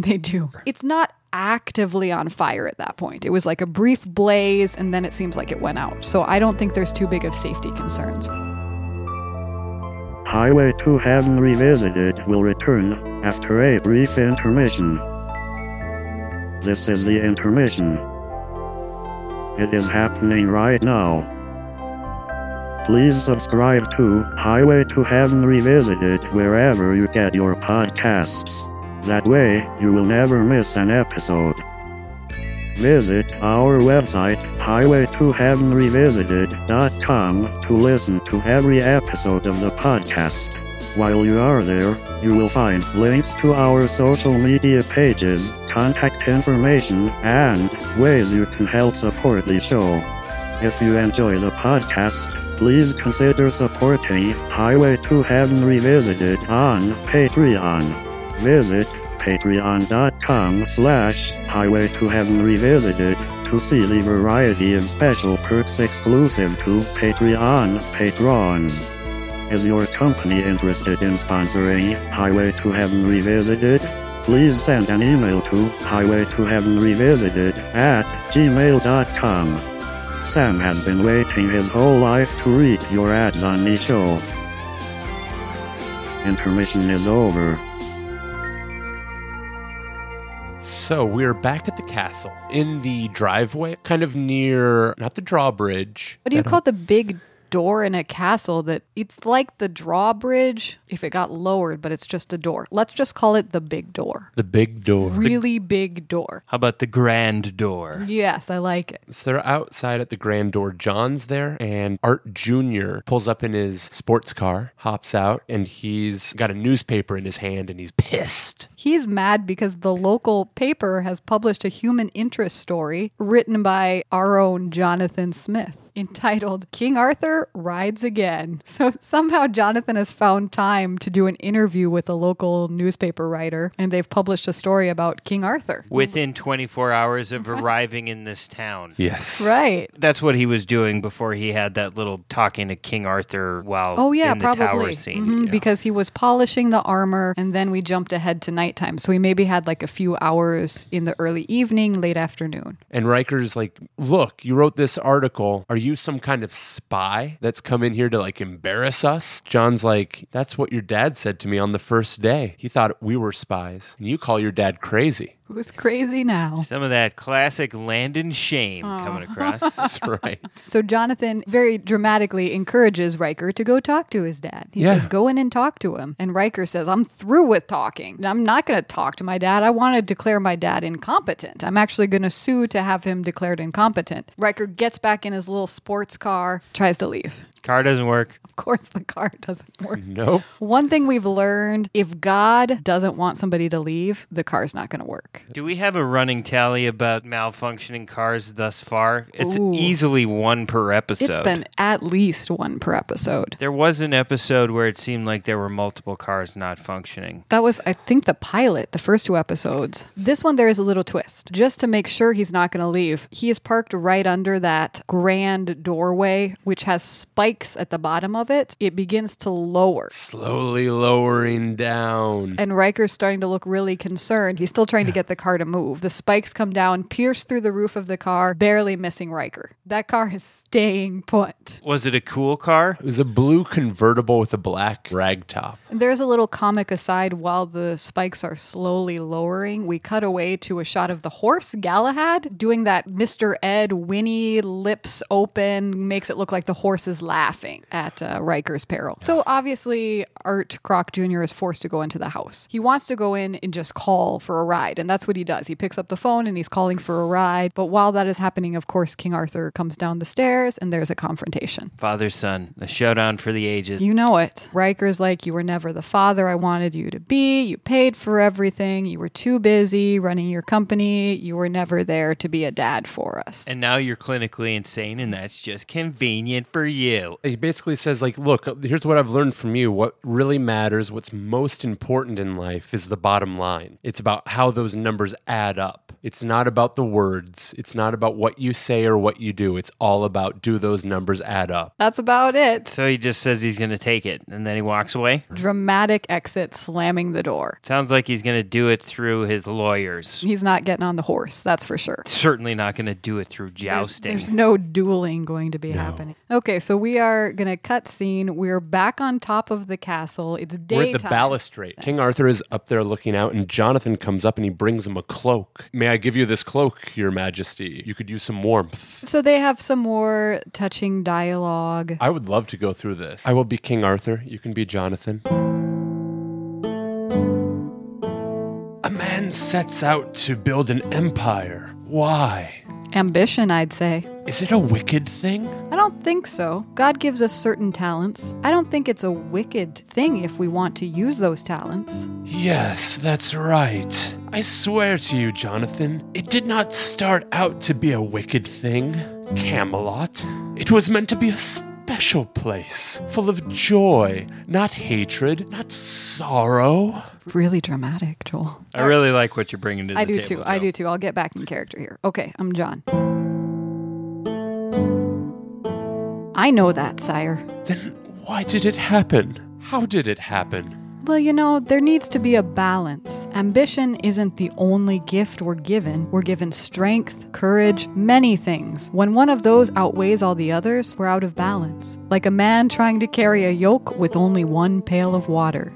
they do. It's not actively on fire at that point. It was like a brief blaze and then it seems like it went out. So I don't think there's too big of safety concerns. Highway to Heaven Revisited will return after a brief intermission. This is the intermission. It is happening right now. Please subscribe to Highway to Heaven Revisited wherever you get your podcasts. That way, you will never miss an episode. Visit our website, highwaytoheavenrevisited.com, to listen to every episode of the podcast. While you are there, you will find links to our social media pages, contact information, and ways you can help support the show. If you enjoy the podcast, please consider supporting Highway to Heaven Revisited on Patreon. Visit patreon.com slash highway to heaven revisited to see the variety of special perks exclusive to Patreon patrons. Is your company interested in sponsoring Highway to Heaven Revisited? Please send an email to highway to heaven revisited at gmail.com. Sam has been waiting his whole life to read your ads on the show. Intermission is over. So we're back at the castle in the driveway, kind of near, not the drawbridge. What do you That- call the big door in a castle that it's like the drawbridge if it got lowered, but it's just a door. Let's just call it the big door. the big door? Really big door. How about the grand door? Yes, I like it. So they're outside at the grand door. John's there, and Art Jr. pulls up in his sports car, hops out, and he's got a newspaper in his hand and he's pissed. He's mad because the local paper has published a human interest story written by our own Jonathan Smith entitled King Arthur Rides Again. So somehow Jonathan has found time to do an interview with a local newspaper writer and they've published a story about King Arthur. Within 24 hours of arriving in this town. Yes. Right. That's what he was doing before he had that little talking to King Arthur while Oh yeah, in the probably tower scene. Mhm, because he was polishing the armor, and then we jumped ahead to nighttime. So he maybe had like a few hours in the early evening, late afternoon. And Riker's like, Look, you wrote this article. Are you some kind of spy that's come in here to like embarrass us? John's like, That's what your dad said to me on the first day. He thought we were spies. And you call your dad crazy. It was crazy now. Some of that classic Landon shame coming across. That's right. So Jonathan very dramatically encourages Riker to go talk to his dad. He Yeah. says, "Go in and talk to him." And Riker says, "I'm through with talking. I'm not going to talk to my dad. I want to declare my dad incompetent. I'm actually going to sue to have him declared incompetent." Riker gets back in his little sports car, tries to leave. Car doesn't work. Of course, the car doesn't work. Nope. One thing we've learned if God doesn't want somebody to leave, the car's not going to work. Do we have a running tally about malfunctioning cars thus far? It's Ooh. easily one per episode. It's been at least one per episode. There was an episode where it seemed like there were multiple cars not functioning. That was, I think, the pilot, the first two episodes. This one, there is a little twist. Just to make sure he's not going to leave, he is parked right under that grand doorway, which has spikes at the bottom of it, it begins to lower. Slowly lowering down. And Riker's starting to look really concerned. He's still trying to get the car to move. The spikes come down, pierce through the roof of the car, barely missing Riker. That car is staying put. Was it a cool car? It was a blue convertible with a black rag top. There's a little comic aside while the spikes are slowly lowering. We cut away to a shot of the horse, Galahad, doing that Mr. Ed Winnie lips open, makes it look like the horse is laughing at uh, Riker's peril. So obviously, Art Kroc Jr. is forced to go into the house. He wants to go in and just call for a ride, and that's what he does. He picks up the phone and he's calling for a ride. But while that is happening, of course, King Arthur comes down the stairs and there's a confrontation. Father son, a showdown for the ages. You know it. Riker's like, You were never the father I wanted you to be. You paid for everything. You were too busy running your company. You were never there to be a dad for us. and now you're clinically insane, and that's just convenient for you. He basically says, like, look, here's what I've learned from you. What really matters, what's most important in life is the bottom line. It's about how those numbers add up. It's not about the words. It's not about what you say or what you do. It's all about do those numbers add up. That's about it. So he just says he's going to take it, and then he walks away. Dramatic exit, slamming the door. Sounds like he's going to do it through his lawyers. He's not getting on the horse, that's for sure. Certainly not going to do it through jousting. There's no dueling going to be happening. Okay, so we are going to cut scene. We're back on top of the castle. It's We're daytime. at the balustrade. King Arthur is up there looking out, and Jonathan comes up and he brings him a cloak. May I give you this cloak, Your Majesty? You could use some warmth. So they have some more touching dialogue. I would love to go through this. I will be King Arthur. You can be Jonathan. A man sets out to build an empire. Why? Ambition, I'd say. Is it a wicked thing? I don't think so. God gives us certain talents. I don't think it's a wicked thing if we want to use those talents. Yes, that's right. I swear to you, Jonathan, it did not start out to be a wicked thing, Camelot. It was meant to be a special place, full of joy, not hatred, not sorrow. Really dramatic, Joel. I really like what you're bringing to the I do table, too. Joe. I do too. I'll get back in character here. Okay, I'm John. I know that, sire. Why did it happen? How did it happen? Well, you know, there needs to be a balance. Ambition isn't the only gift we're given. We're given strength, courage, many things. When one of those outweighs all the others, we're out of balance. Like a man trying to carry a yoke with only one pail of water.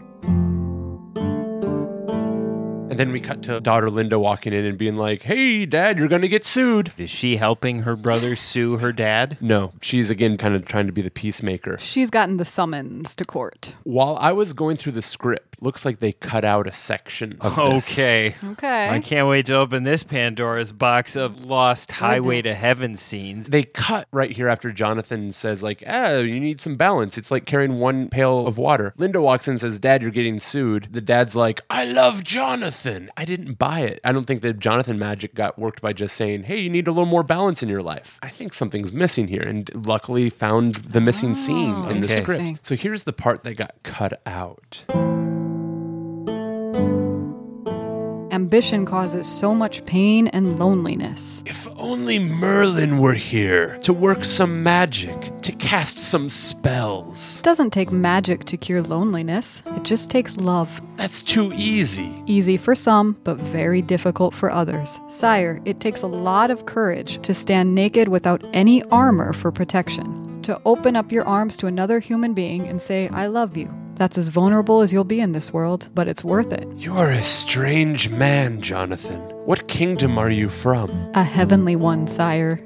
And then we cut to daughter Linda walking in and being like, hey, dad, you're going to get sued. Is she helping her brother sue her dad? No, she's again kind of trying to be the peacemaker. She's gotten the summons to court. While I was going through the script, looks like they cut out a section of this. Okay. Okay. I can't wait to open this Pandora's box of lost highway to heaven scenes. They cut right here after Jonathan says, like, ah, you need some balance. It's like carrying one pail of water. Linda walks in and says, Dad, you're getting sued. The dad's like, I love Jonathan. I didn't buy it. I don't think the Jonathan magic got worked by just saying, hey, you need a little more balance in your life. I think something's missing here. And luckily found the missing scene in the okay. script. Interesting. So here's the part that got cut out. Ambition causes so much pain and loneliness. If only Merlin were here to work some magic, to cast some spells. It doesn't take magic to cure loneliness, it just takes love. That's too easy. Easy for some, but very difficult for others. Sire, it takes a lot of courage to stand naked without any armor for protection. To open up your arms to another human being and say, I love you. That's as vulnerable as you'll be in this world, but it's worth it. You are a strange man, Jonathan. What kingdom are you from? A heavenly one, sire.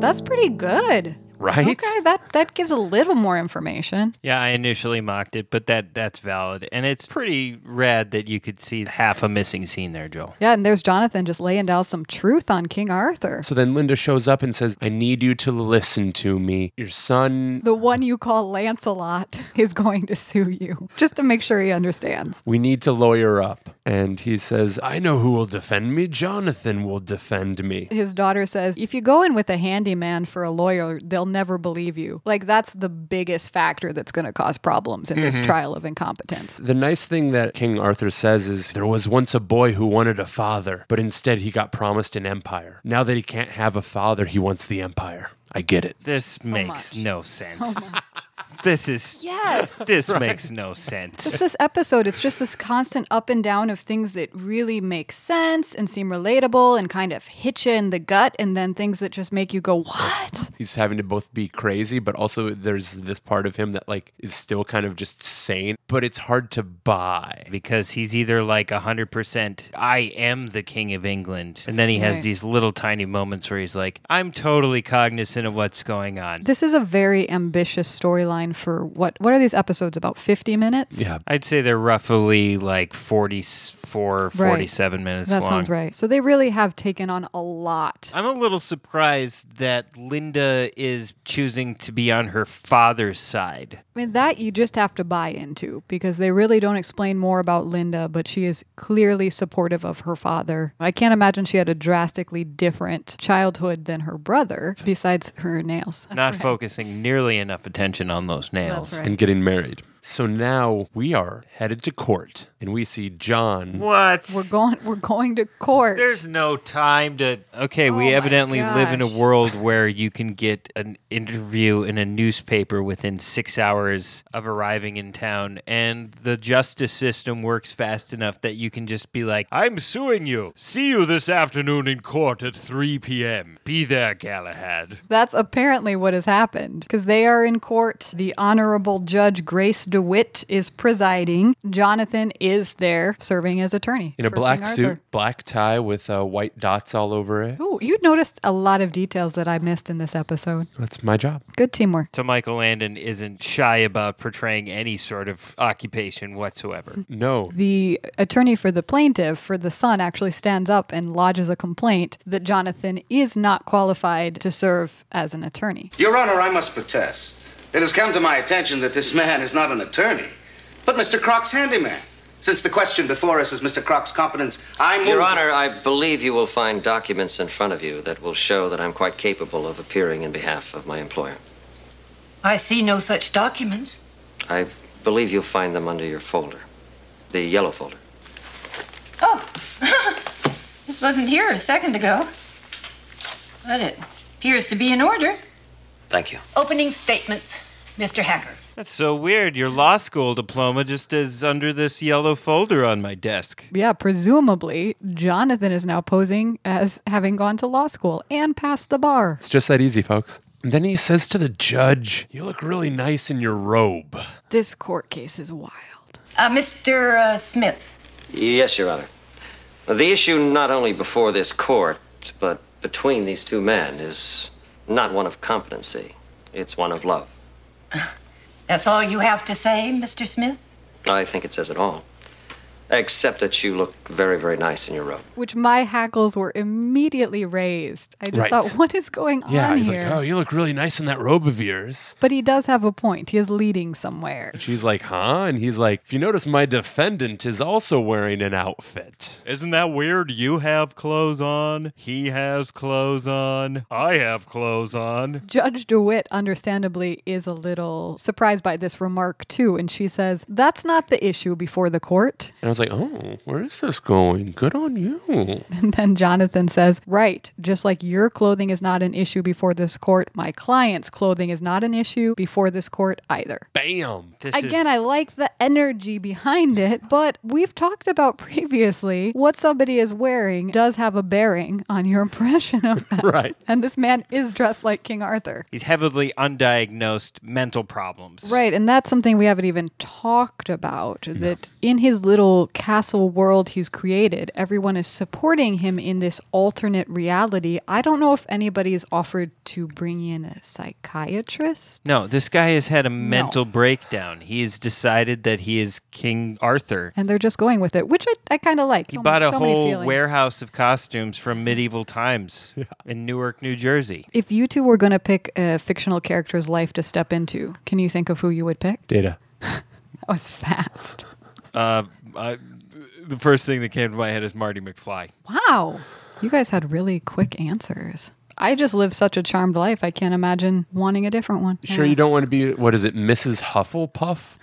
That's pretty good. Right? Okay, that, that gives a little more information. Yeah, I initially mocked it, but that that's valid. And it's pretty rad that you could see half a missing scene there, Joel. Yeah, and there's Jonathan just laying down some truth on King Arthur. So then Linda shows up and says, I need you to listen to me. Your son, The one you call Lancelot is going to sue you, just to make sure he understands. we need to lawyer up. And he says, I know who will defend me. Jonathan will defend me. His daughter says, If you go in with a handyman for a lawyer, they'll never believe you. Like that's the biggest factor that's going to cause problems in this Mhm. trial of incompetence. The nice thing that King Arthur says is there was once a boy who wanted a father, but instead he got promised an empire. Now that he can't have a father, he wants the empire. I get it. This makes no sense. this is Yes. This Right. makes no sense. Just this episode, it's just this constant up and down of things that really make sense and seem relatable and kind of hit you in the gut, and then things that just make you go, What? He's having to both be crazy, but also there's this part of him that like is still kind of just sane, but it's hard to buy because he's either like 100% I am the king of England and then he has Right. these little tiny moments where he's like I'm totally cognizant of what's going on. This is a very ambitious storyline for what? What are these episodes about? 50 minutes? I'd say they're roughly like 44 47 minutes That long. sounds right. So they really have taken on a lot. Uh, I'm a little surprised that Linda is choosing to be on her father's side. I mean, that you just have to buy into because they really don't explain more about Linda, but she is clearly supportive of her father. I can't imagine she had a drastically different childhood than her brother, besides her nails. not focusing nearly enough attention on those nails. right. and getting married. So now we are headed to court and we see John. What? We're going we're going to court. There's no time to. Okay, we evidently live in a gosh. world where you can get an interview in a newspaper within six hours of arriving in town, and the justice system works fast enough that you can just be like, I'm suing you. See you this afternoon in court at 3 p.m. Be there, Galahad. That's apparently what has happened because they are in court. The Honorable Judge Grace DeWitt is presiding. Jonathan is there serving as attorney In a for black King suit, Arthur. black tie with uh, white dots all over it. Ooh, you noticed a lot of details that I missed in this episode. That's my job. Good teamwork. So Michael Landon isn't shy about portraying any sort of occupation whatsoever. No. The attorney for the plaintiff, for the son, actually stands up and lodges a complaint that Jonathan is not qualified to serve as an attorney. Your Honor, I must protest. It has come to my attention that this man is not an attorney, but Mr. Crock's handyman. Since the question before us is Mr. Crock's competence, I move. Your Honor, I believe you will find documents in front of you that will show that I'm quite capable of appearing in behalf of my employer. I see no such documents. I believe you'll find them under your folder, the yellow folder. This wasn't here a second ago. But it appears to be in order. Thank you. Opening statements, Mr. Hacker. That's so weird. Your law school diploma just is under this yellow folder on my desk. Yeah, presumably, Jonathan is now posing as having gone to law school and passed the bar. It's just that easy, folks. And then he says to the judge, You look really nice in your robe. This court case is wild. Uh, Mr. Uh, Smith, Yes, Your Honor. The issue not only before this court, but between these two men is not one of competency. It's one of love. that's all you have to say, Mr. Smith? I think it says it all. Except that you look very, very nice in your robe. Which my hackles were immediately raised. I just Right. thought, what is going yeah, on he's here? like, Oh, you look really nice in that robe of yours. But he does have a point. He is leading somewhere. And she's like, Huh? And he's like, If you notice, my defendant is also wearing an outfit. Isn't that weird? You have clothes on. He has clothes on. I have clothes on. Judge DeWitt, understandably, is a little surprised by this remark, too. And she says, That's not the issue before the court. And I was like, Oh, where is this going? Good on you. And then Jonathan says, Right, just like your clothing is not an issue before this court, my client's clothing is not an issue before this court either. Bam. Again, I like the energy behind it, but we've talked about previously what somebody is wearing does have a bearing on your impression of them. Right. And this man is dressed like King Arthur. He's heavily undiagnosed mental problems. Right, and that's something we haven't even talked about. That in his little castle world he's created, everyone is supporting him in this alternate reality. I don't know if anybody's offered to bring in a psychiatrist. No, this guy has had a mental breakdown. He has decided that he is King Arthur. And they're just going with it, which I, I kind of like. He So- bought a so many whole feelings. warehouse of costumes from medieval times in Newark, New Jersey. If you two were going to pick a fictional character's life to step into, can you think of who you would pick? Data. That was fast. Uh, I, the first thing that came to my head is Marty McFly. Wow. You guys had really quick answers. I just live such a charmed life. I can't imagine wanting a different one. Sure, you don't want to be, what is it, Mrs. Hufflepuff?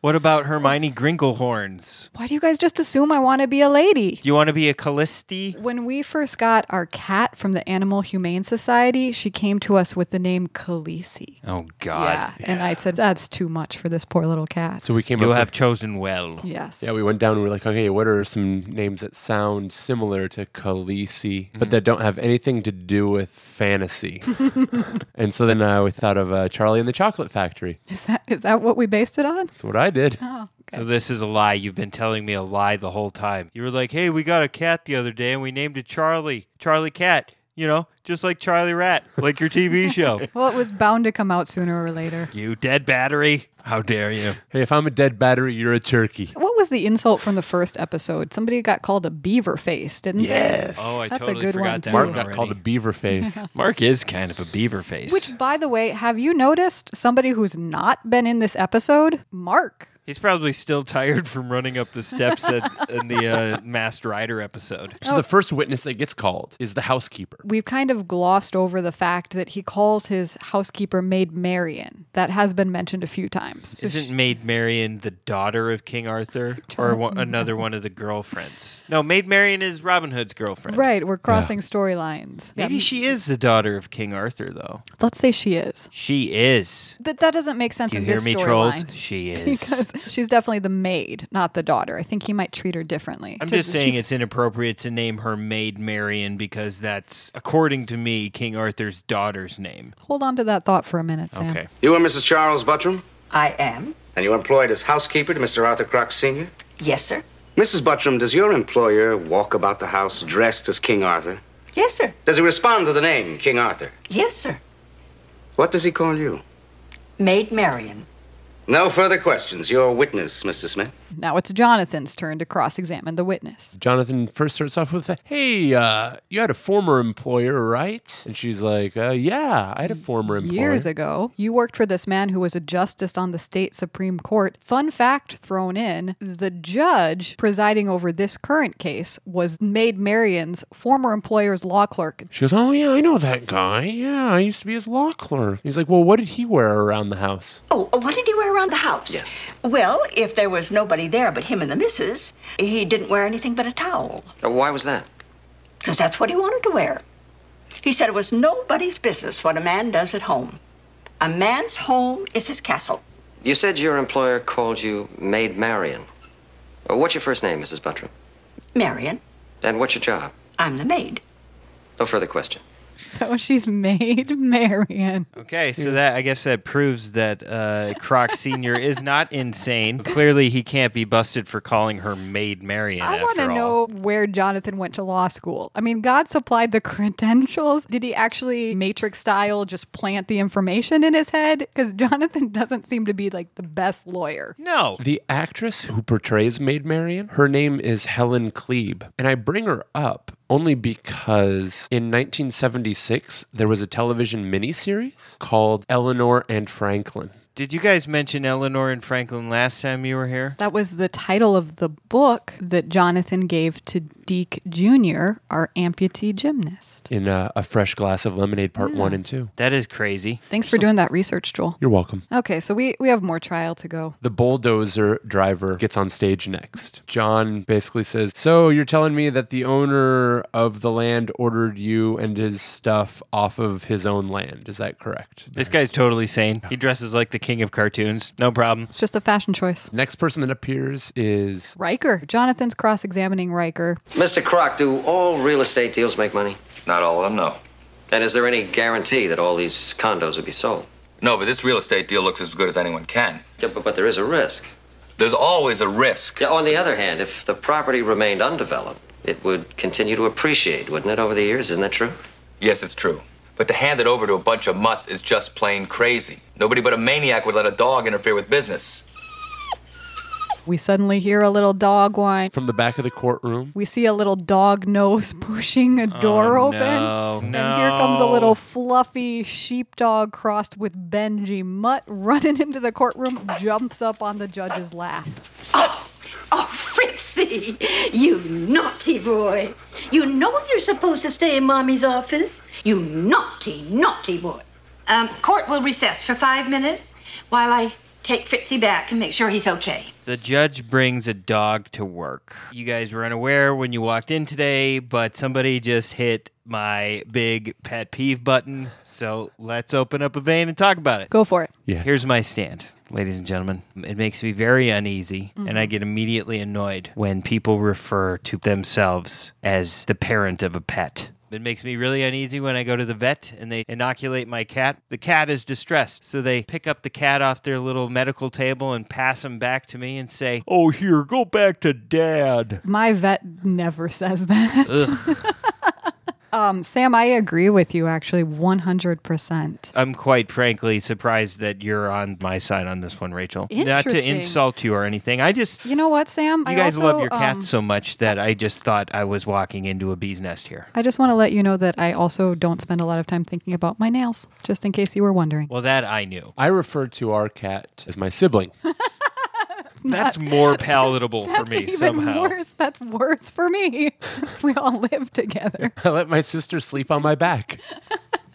what about Hermione Gringlehorns? Why do you guys just assume I want to be a lady? Do you want to be a Callisti? When we first got our cat from the Animal Humane Society, she came to us with the name Khaleesi. Oh, God. Yeah. And I said, that's too much for this poor little cat. So we came You'll up have chosen well. Yes. Yeah, we went down and we were like, okay, what are some names that sound similar to Khaleesi, Mm-hmm. but that don't have anything to do with fantasy? and so then uh, we thought of uh, Charlie and the Chocolate Factory. Is that is that what we based it on? That's what I did. Oh, So this is a lie. You've been telling me a lie the whole time. You were like, "Hey, we got a cat the other day, and we named it Charlie. Charlie Cat. You know, just like Charlie Rat, like your TV show. well, it was bound to come out sooner or later. you dead battery. How dare you? Hey, if I'm a dead battery, you're a turkey. What was the insult from the first episode? Somebody got called a beaver face, didn't they? Yes. Oh, I That's totally a good forgot one that too. one Mark got called a beaver face. Mark is kind of a beaver face. Which, by the way, have you noticed somebody who's not been in this episode? Mark. He's probably still tired from running up the steps at, in the uh, Masked Rider episode. So the first witness that gets called is the housekeeper. We've kind of glossed over the fact that he calls his housekeeper Maid Marian. That has been mentioned a few times. So Isn't Maid Marian the daughter of King Arthur, or one, another one of the girlfriends? No, Maid Marian is Robin Hood's girlfriend. Right, we're crossing storylines. Maybe Yeah. she is the daughter of King Arthur, though. Let's say she is. She is. But that doesn't make sense Do you in hear this me, trolls? storyline. She is. Because she's definitely the maid, not the daughter. I think he might treat her differently. I'm To- just saying she's- it's inappropriate to name her Maid Marian because that's, according to me, King Arthur's daughter's name. Hold on to that thought for a minute, Sam. Okay. You are Mrs. Charles Buttram, I am. and you employed as housekeeper to Mr. Arthur Crock Sr.? Yes, sir. Mrs. Buttram, does your employer walk about the house dressed as King Arthur? Yes, sir. Does he respond to the name King Arthur? Yes, sir. What does he call you? Maid Marian. No further questions. Your witness, Mr. Smith. Now it's Jonathan's turn to cross examine the witness. Jonathan first starts off with, "Hey, uh, you had a former employer, right?" And she's like, uh, "Yeah, I had a former employer Years ago, you worked for this man who was a justice on the state Supreme Court. Fun fact thrown in the judge presiding over this current case was Maid Marian's former employer's law clerk. She goes, "Oh yeah, I know that guy. Yeah, I used to be his law clerk." He's like, "Well, what did he wear around the house?" Oh, what did he wear around the house? Yes. Well, if there was nobody there but him and the missus, he didn't wear anything but a towel, Uh, Why was that? because that's what he wanted to wear. He said it was nobody's business what a man does at home. A man's home is his castle. You said your employer called you Maid Marian. Uh, What's your first name, Mrs. Buttram? Marian, And what's your job? I'm the maid. No further question. So she's Maid Marian. Okay, so that I guess that proves that uh, Croc Senior is not insane. Clearly, he can't be busted for calling her Maid Marian. I want after to all. know where Jonathan went to law school. I mean, God supplied the credentials. Did he actually Matrix style just plant the information in his head? Because Jonathan doesn't seem to be like the best lawyer. No. The actress who portrays Maid Marian, her name is Helen Klebe. And I bring her up only because in 1976, there was a television miniseries called Eleanor and Franklin. Did you guys mention Eleanor and Franklin last time you were here? That was the title of the book that Jonathan gave to Deke Jr., our amputee gymnast. In uh, A Fresh Glass of Lemonade, Part 1 and 2. That is crazy. Thanks for doing that research, Joel. You're welcome. Okay, so we, we have more trial to go. The bulldozer driver gets on stage next. John basically says, So you're telling me that the owner of the land ordered you and his stuff off of his own land. Is that correct? This guy's totally sane. He dresses like the king of cartoons. No problem. It's just a fashion choice. Next person that appears is Riker. Jonathan's cross examining Riker. Mr. Crock, do all real estate deals make money? Not all of them, no. And is there any guarantee that all these condos would be sold? No, but this real estate deal looks as good as anyone can. Yeah, but, but there is a risk. There's always a risk. Yeah, on the other hand, if the property remained undeveloped, it would continue to appreciate, wouldn't it, over the years? Isn't that true? Yes, it's true. But to hand it over to a bunch of mutts is just plain crazy. Nobody but a maniac would let a dog interfere with business. We suddenly hear a little dog whine. from the back of the courtroom. We see a little dog nose pushing a door Oh, open. Oh, no, and no. here comes a little fluffy sheepdog crossed with Benji Mutt running into the courtroom, jumps up on the judge's lap. Oh, Fritzy, you naughty boy. You know you're supposed to stay in Mommy's office. You naughty, naughty boy. Um, court will recess for five minutes while I take Fritzy back and make sure he's okay. The judge brings a dog to work. You guys were unaware when you walked in today, but somebody just hit my big pet peeve button. So let's open up a vein and talk about it. Go for it. Yeah. Here's my stand, ladies and gentlemen. It makes me very uneasy, and I get immediately annoyed when people refer to themselves as the parent of a pet. It makes me really uneasy when I go to the vet and they inoculate my cat. The cat is distressed, so they pick up the cat off their little medical table and pass him back to me and say, Oh, here, go back to dad. My vet never says that. Ugh. Um, Sam, I agree with you actually 100%. I'm quite frankly surprised that you're on my side on this one, Rachel. Not to Interesting. insult you or anything. I just, You know what, Sam? you guys love your um, cats so much that I just thought I was walking into a bee's nest here. um, I just want to let you know that I also don't spend a lot of time thinking about my nails, just in case you were wondering. Well, that I knew. I refer to our cat as my sibling. That's more palatable for me Even somehow. worse, that's worse for me since we all live together. I let my sister sleep on my back.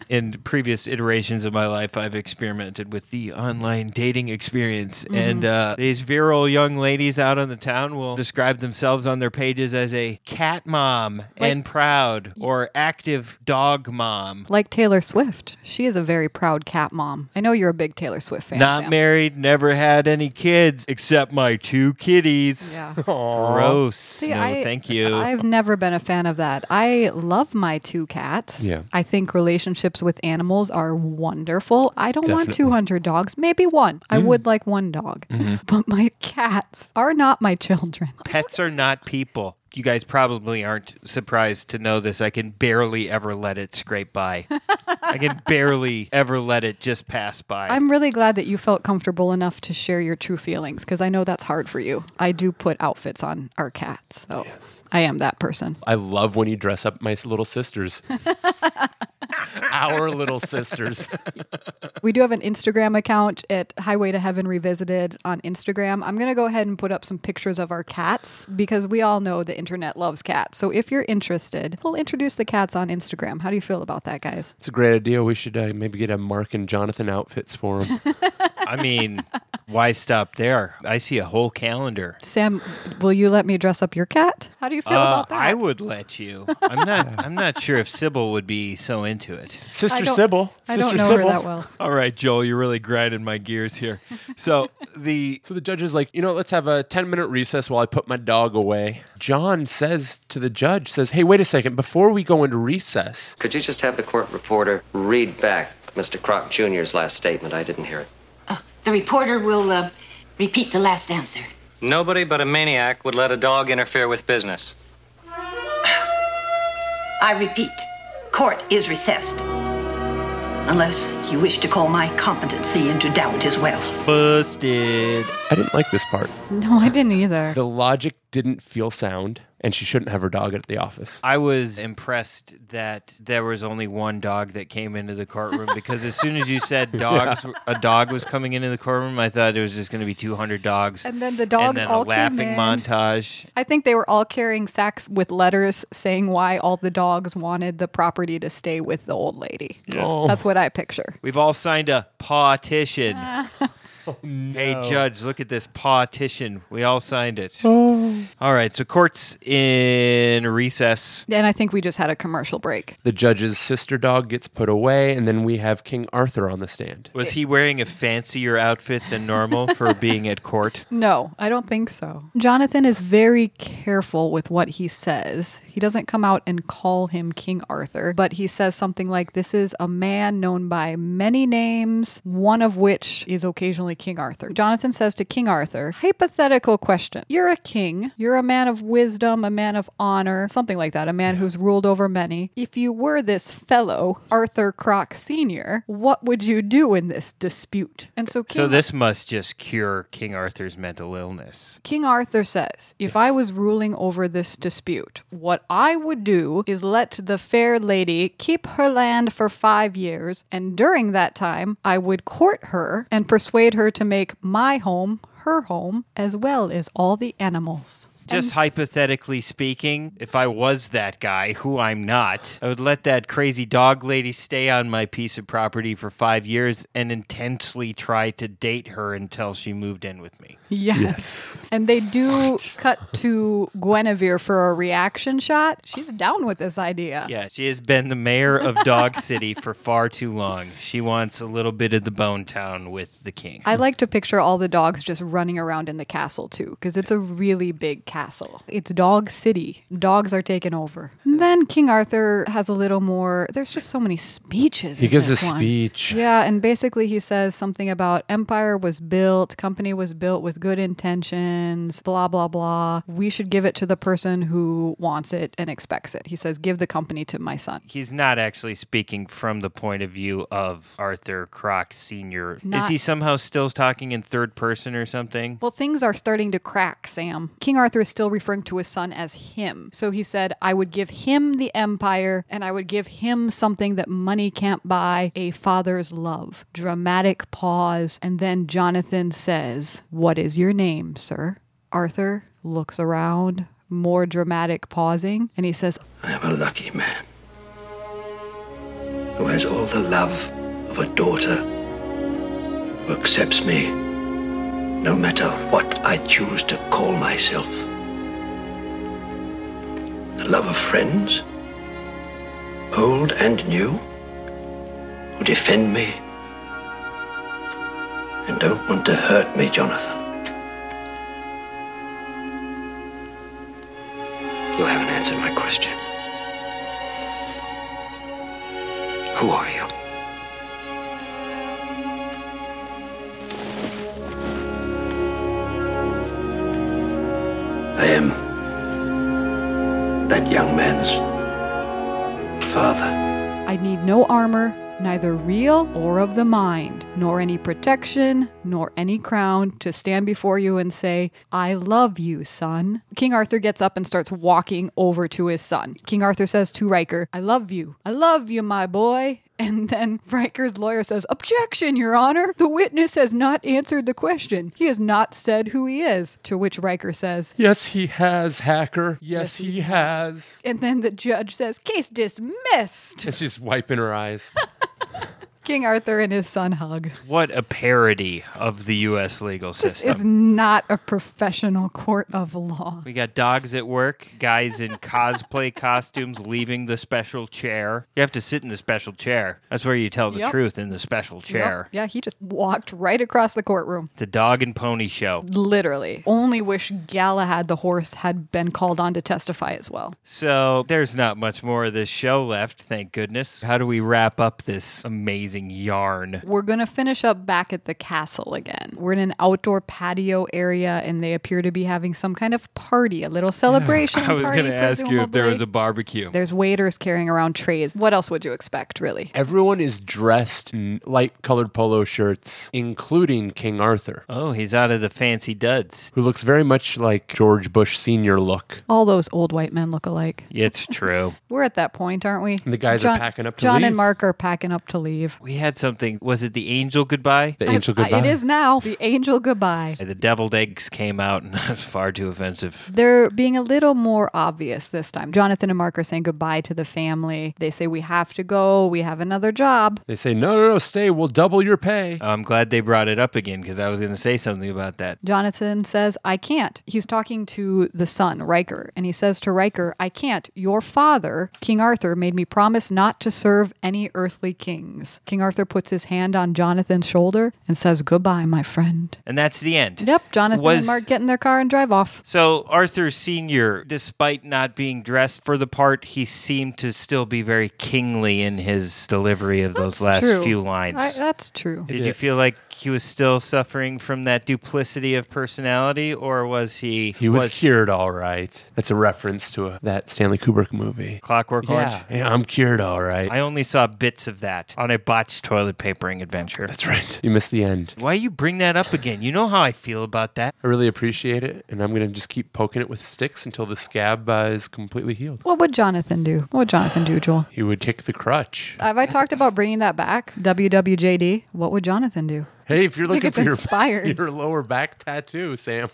In previous iterations of my life, I've experimented with the online dating experience. Mm-hmm. Mhm. And uh, these virile young ladies out on the town will describe themselves on their pages as a cat mom and proud or active dog mom. Like Taylor Swift, she is a very proud cat mom. I know you're a big Taylor Swift fan. Not Sam. married, never had any kids except my two kitties. Yeah. Gross. See, no, I- thank you. I've never been a fan of that. I love my two cats. Yeah. I think relationships with animals are wonderful. I don't want Definitely. 200 dogs, maybe one. I Mm. Mm-hmm. would like one dog. But my cats are not my children. Pets are not people. You guys probably aren't surprised to know this. I can barely ever let it scrape by. I can barely ever let it just pass by. I'm really glad that you felt comfortable enough to share your true feelings because I know that's hard for you. I do put outfits on our cats, so I am that person. I love when you dress up my s- little sisters. Our little sisters. We do have an Instagram account at Highway to Heaven Revisited on Instagram. I'm going to go ahead and put up some pictures of our cats because we all know the internet loves cats. So if you're interested, we'll introduce the cats on Instagram. How do you feel about that, guys? It's a great idea. We should uh, maybe get a Mark and Jonathan outfits for them. I mean, why stop there? I see a whole calendar. Sam, will you let me dress up your cat? How do you feel about that? Uh, I would let you. I'm not. I'm not sure if Sybil would be so into it. Sister I don't- Sybil. I don't Sister know her Sybil. that well. All right, Joel, you're really grinding my gears here. So the so the judge is like, you know, let's have a ten minute recess while I put my dog away. John says to the judge, says, hey, wait a second, before we go into recess, Could you just have the court reporter read back Mr. Croc Jr.'s last statement? I didn't hear it. The reporter will uh, repeat the last answer. Nobody but a maniac would let a dog interfere with business. I repeat, court is recessed. Unless you wish to call my competency into doubt as well. busted. I didn't like this part. No, I didn't either. The logic didn't feel sound, and she shouldn't have her dog at the office. I was impressed that there was only one dog that came into the courtroom because as soon as you said dogs, a dog was coming into the courtroom, I thought there was just going to be 200 dogs. And then the dogs and then all a came laughing in. montage. I think they were all carrying sacks with letters saying why all the dogs wanted the property to stay with the old lady. Yeah. Oh. That's what I picture. We've all signed a partition. Ah. Hey, judge, look at this partition. We all signed it. Oh. All right, so court's in recess. And I think we just had a commercial break. The judge's sister dog gets put away, and then we have King Arthur on the stand. Was he wearing a fancier outfit than normal for being at court? No, I don't think so. Jonathan is very careful with what he says. He doesn't come out and call him King Arthur, but he says something like, This is a man known by many names, one of which is occasionally King Arthur. Jonathan says to King Arthur, Hypothetical question. You're a king, you're a man of wisdom, a man of honor, something like that, a man who's ruled over many. If you were this fellow, Arthur Croc Sr., what would you do in this dispute? And so King So this must just cure King Arthur's mental illness. King Arthur says, If I was ruling over this dispute, what I would do is let the fair lady keep her land for five years, and during that time, I would court her and persuade her to make my home her home, as well as all the animals. Just hypothetically speaking, if I was that guy, who I'm not, I would let that crazy dog lady stay on my piece of property for five years and intensely try to date her until she moved in with me. Yes. And they do cut to Guinevere for a reaction shot. She's down with this idea. Yeah, she has been the mayor of Dog City for far too long. She wants a little bit of the Bone Town with the king. I like to picture all the dogs just running around in the castle too, because it's a really big castle. It's Dog City. Dogs are taking over. And then King Arthur has a little more. There's just so many speeches. He in gives this a one. speech. Yeah, and basically he says something about empire was built, company was built with good intentions, blah blah blah. We should give it to the person who wants it and expects it. He says, "Give the company to my son." He's not actually speaking from the point of view of Arthur Croc Sr. Is Not- he somehow still talking in third person or something? Well, things are starting to crack, Sam. King Arthur is still referring to his son as him. So he said, I would give him the empire and I would give him something that money can't buy a father's love. Dramatic pause. And then Jonathan says, What is your name, sir? Arthur looks around, more dramatic pausing, and he says, I am a lucky man who has all the love of a daughter who accepts me no matter what I choose to call myself. The love of friends, old and new, who defend me and don't want to hurt me, Jonathan. You haven't answered my question. Who are you? I am that young man's father. I need no armor, neither real or of the mind, nor any protection, nor any crown, to stand before you and say, I love you, son. King Arthur gets up and starts walking over to his son. King Arthur says to Riker, I love you. I love you, my boy. And then Riker's lawyer says, Objection, Your Honor. The witness has not answered the question. He has not said who he is. To which Riker says, Yes, he has, hacker. Yes, he has. And then the judge says, Case dismissed. And she's wiping her eyes. King Arthur and his son hug. What a parody of the U.S. legal This system. is not a professional court of law. We got dogs at work, guys in cosplay costumes leaving the special chair. You have to sit in the special chair. That's where you tell the Yep. truth in the special chair. Yep. Yeah, he just walked right across the courtroom. The dog and pony show. Literally. Only wish Galahad the horse had been called on to testify as well. So there's not much more of this show left, thank goodness. How do we wrap up this amazing yarn? We're going to finish up back at the castle again. We're in an outdoor patio area and they appear to be having some kind of party, a little celebration. I was party, going to ask you if there was a presumably. barbecue. There's waiters carrying around trays. What else would you expect, really? Everyone is dressed in light colored polo shirts, including King Arthur. Oh, he's out of the fancy duds. Who looks very much like George Bush Sr. look. All those old white men look alike. It's true. We're at that point, aren't we? And the guys are packing up to John and leave. Mark are packing up to leave. we had something. Was it the angel goodbye? The angel Uh, It is now the angel goodbye. The deviled eggs came out, and that's far too offensive. They're being a little more obvious this time. Jonathan and Mark are saying goodbye to the family. They say, We have to go. We have another job. They say, no, no, no, stay. We'll double your pay. I'm glad they brought it up again because I was going to say something about that. Jonathan says, I can't. He's talking to the son, Riker, and he says to Riker, I can't. Your father, King Arthur, made me promise not to serve any earthly kings. King Arthur puts his hand on Jonathan's shoulder and says, Goodbye, my friend. And that's the end. Yep, Jonathan Was- and Mark get in their car and drive off. So, Arthur Sr., despite not being dressed for the part, he seemed to still be very kingly in his delivery of those last True. few lines. I- uh, that's true. Did you feel like he was still suffering from that duplicity of personality, or was he? He was, cured all right. That's a reference to a, that Stanley Kubrick movie. Clockwork Orange? Yeah, yeah, I'm cured all right. I only saw bits of that on a botched toilet papering adventure. That's right. You missed the end. Why you bring that up again? You know how I feel about that. I really appreciate it, and I'm going to just keep poking it with sticks until the scab uh, is completely healed. What would Jonathan do? What would Jonathan do, Joel? He would kick the crutch. Have I talked about bringing that back? WWJD. What would Jonathan do? Hey, if you're I think looking it's for your, inspired. your lower back tattoo, Sam,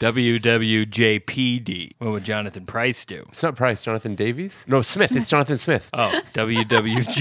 WWJPD. What would Jonathan Price do? It's not Price, Jonathan Davies? No, Smith. It's Jonathan Smith. Oh,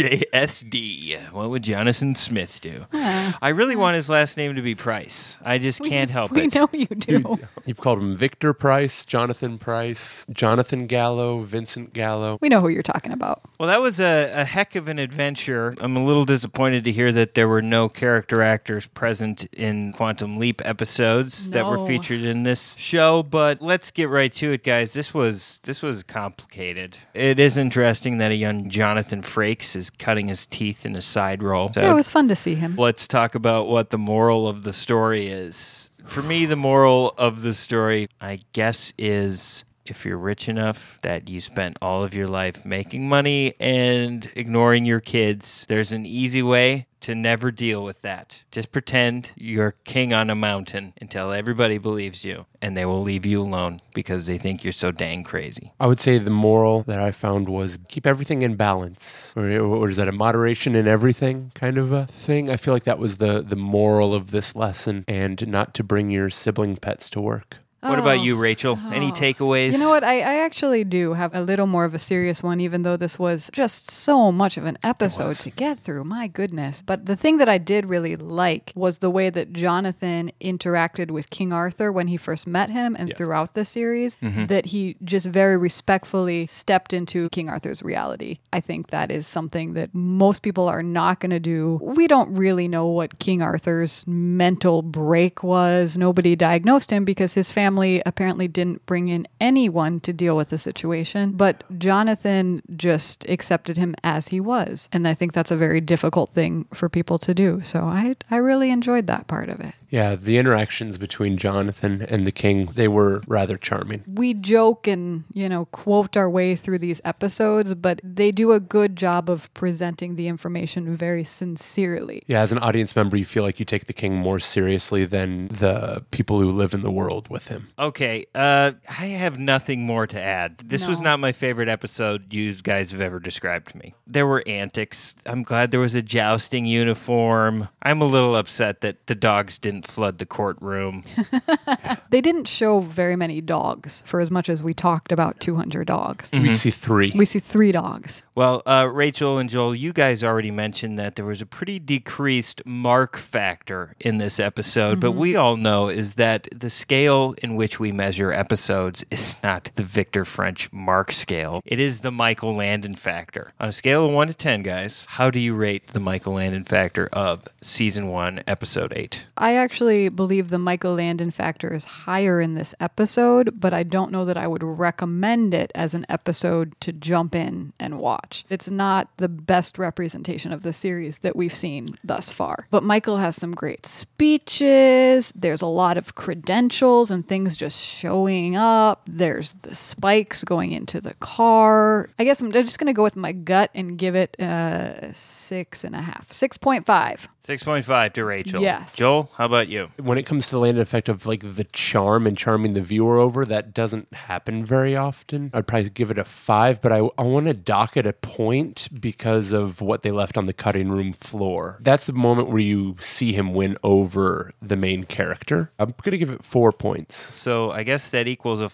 WWJSD. What would Jonathan Smith do? Ah. I really want his last name to be Price. I just We- can't help we it. know you do. You've called him Victor Price, Jonathan Price, Jonathan Gallo, Vincent Gallo. We know who you're talking about. Well, that was a, a heck of an adventure. I'm a little disappointed to hear that there were no character actors present in Quantum Leap episodes that were No. featured in this show, but let's get right to it, guys. This was this was complicated. It is interesting that a young Jonathan Frakes is cutting his teeth in a side role. So Yeah, it was fun to see him. let's talk about what the moral of the story is. For me, the moral of the story, I guess, is if you're rich enough that you spent all of your life making money and ignoring your kids, there's an easy way to never deal with that. Just pretend you're king on a mountain until everybody believes you and they will leave you alone because they think you're so dang crazy. I would say the moral that I found was keep everything in balance. Or, or is that a moderation in everything kind of a thing? I feel like that was the, the moral of this lesson and not to bring your sibling pets to work. What about Oh. you, Rachel? Any takeaways? You know what? I, I actually do have a little more of a serious one, even though this was just so much of an episode to get through. My goodness. But the thing that I did really like was the way that Jonathan interacted with King Arthur when he first met him and throughout the series, Mhm. that he just very respectfully stepped into King Arthur's reality. I think that is something that most people are not going to do. We don't really know what King Arthur's mental break was. Nobody diagnosed him because his family apparently didn't bring in anyone to deal with the situation. But Jonathan just accepted him as he was. And I think that's a very difficult thing for people to do. So I, I really enjoyed that part of it. Yeah, the interactions between Jonathan and the king, they were rather charming. we joke and you know quote our way through these episodes but they do a good job of presenting the information very sincerely Yeah, as an audience member, you feel like you take the king more seriously than the people who live in the world with him. Okay, uh, I have nothing more to add. This was not my favorite episode you guys have ever described to me. There were antics. I'm glad there was a jousting uniform. I'm a little upset that the dogs didn't flood the courtroom. they didn't show very many dogs for as much as we talked about 200 dogs We see three. we see three dogs Well, uh, Rachel and Joel, you guys already mentioned that there was a pretty decreased mark factor in this episode, but Mhm. we all know is that the scale in which we measure episodes is not the Victor French mark scale. It is the Michael Landon factor. On a scale of 1 to 10, guys, how do you rate the Michael Landon factor of season 1, episode 8? i actually believe the michael landon factor is higher in this episode but i don't know that i would recommend it as an episode to jump in and watch it's not the best representation of the series that we've seen thus far but michael has some great speeches. There's a lot of credentials and things just showing up. There's the spikes going into the car. I guess I'm just going to go with my gut and give it uh, six and a half, 6.5. 6.5 to Rachel. Yes. Joel, how about you? When it comes to the land effect of like the charm and charming the viewer over, that doesn't happen very often. I'd probably give it a five, but I, I want to dock it a point because of what they left on the cutting room floor. That's the moment where you see him win over the main character. I'm going to give it four points. So I guess that equals a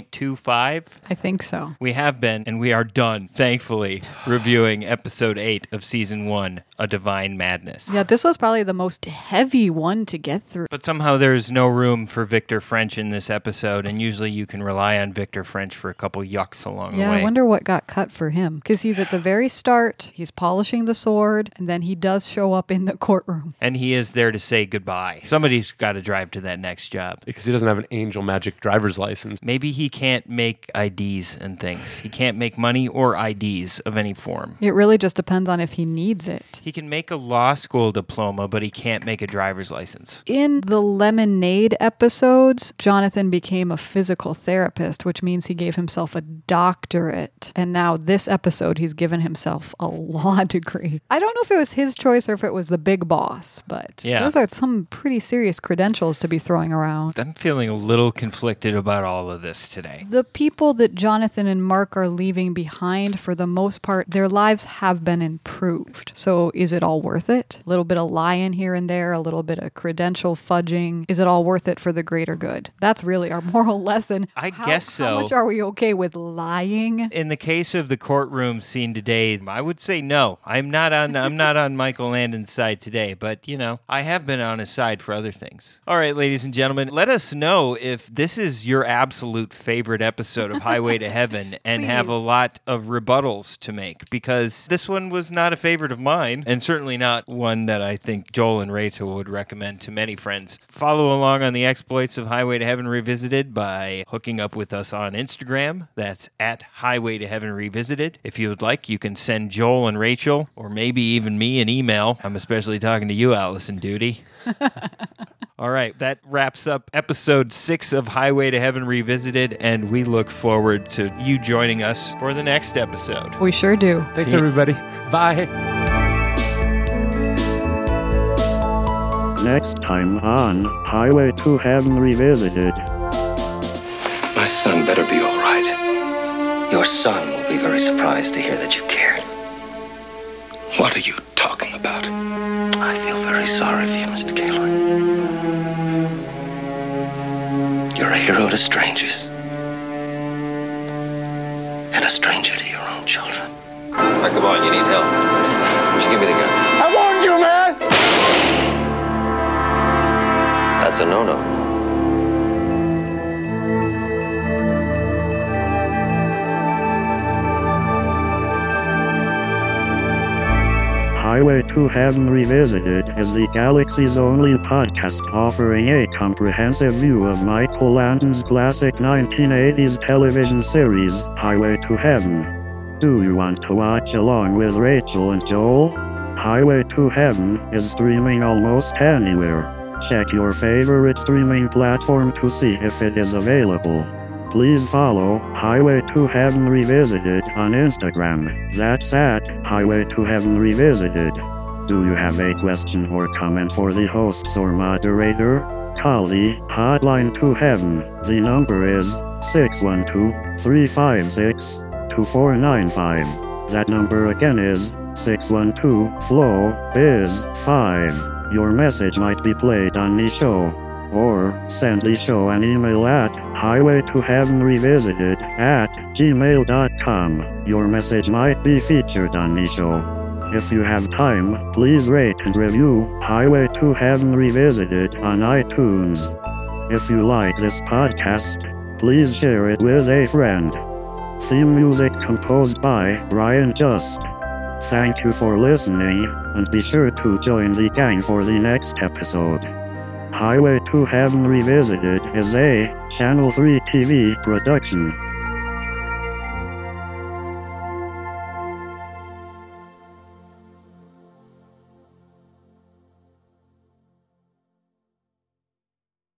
5.25. I think so. We have been, and we are done, thankfully, reviewing episode eight of season one, A Divine Madness. Yeah, this was probably the most heavy one to get through. But somehow there's no room for Victor French in this episode, and usually you can rely on Victor French for a couple yucks along Yeah, the way. I wonder what got cut for him because he's at the very start. He's polishing the sword, and then he does show up in the courtroom. and he is there to say goodbye. Somebody's got to drive to that next job. Because he doesn't have an angel magic driver's license. Maybe he can't make IDs and things. He can't make money or IDs of any form. It really just depends on if he needs it. He can make a law school diploma, but he can't make a driver's license. In the lemonade episodes, Jonathan became a physical therapist, which means he gave himself a doctorate. And now this episode, he's given himself a law degree. I don't know if it was his choice or if it was the big boss, but Yeah. those are some pretty serious credentials to be throwing around. I'm feeling a little conflicted about all of this today. The people that Jonathan and Mark are leaving behind, for the most part, their lives have been improved. So is it all worth it? little bit of lying here and there, a little bit of credential fudging. Is it all worth it for the greater good? That's really our moral lesson. I guess so. How much are we okay with lying? in the case of the courtroom scene today, I would say no. I'm not on I'm not on Michael Landon's side today, but you know, I have been on his side for other things. All right, ladies and gentlemen, let us know if this is your absolute favorite episode of Highway to Heaven and have a lot of rebuttals to make because this one was not a favorite of mine and certainly not one that I think Joel and Rachel would recommend to many friends. Follow along on the exploits of Highway to Heaven Revisited by hooking up with us on Instagram. That's at Highway to Heaven Revisited. If you would like, you can send Joel and Rachel, or maybe even me, an email. I'm especially talking to you, Allison Duty. All right, that wraps up episode six of Highway to Heaven Revisited, and we look forward to you joining us for the next episode. We sure do. Thanks, everybody. Bye. Next time on Highway to Heaven Revisited. My son better be all right. Your son will be very surprised to hear that you cared. What are you talking about? I feel very sorry for you, Mr. Gaylord. You're a hero to strangers, and a stranger to your own children. Now, come on, you need help. Why don't you give me the gun? I warned you, man! That's a no-no. Highway to Heaven Revisited is the galaxy's only podcast offering a comprehensive view of Michael Landon's classic 1980s television series, Highway to Heaven. Do you want to watch along with Rachel and Joel? Highway to Heaven is streaming almost anywhere. Check your favorite streaming platform to see if it is available. Please follow Highway to Heaven Revisited on Instagram. That's at Highway to Heaven Revisited. Do you have a question or comment for the hosts or moderator? Call the Hotline to Heaven. The number is 612 356 2495. That number again is 612 Flow Biz 5. Your message might be played on the show or send the show an email at highway to heaven revisited at gmail.com. Your message might be featured on the show. If you have time, please rate and review Highway to Heaven Revisited on iTunes. If you like this podcast, please share it with a friend. Theme music composed by Brian Just. Thank you for listening, and be sure to join the gang for the next episode. Highway to Heaven Revisited is a Channel 3 TV production.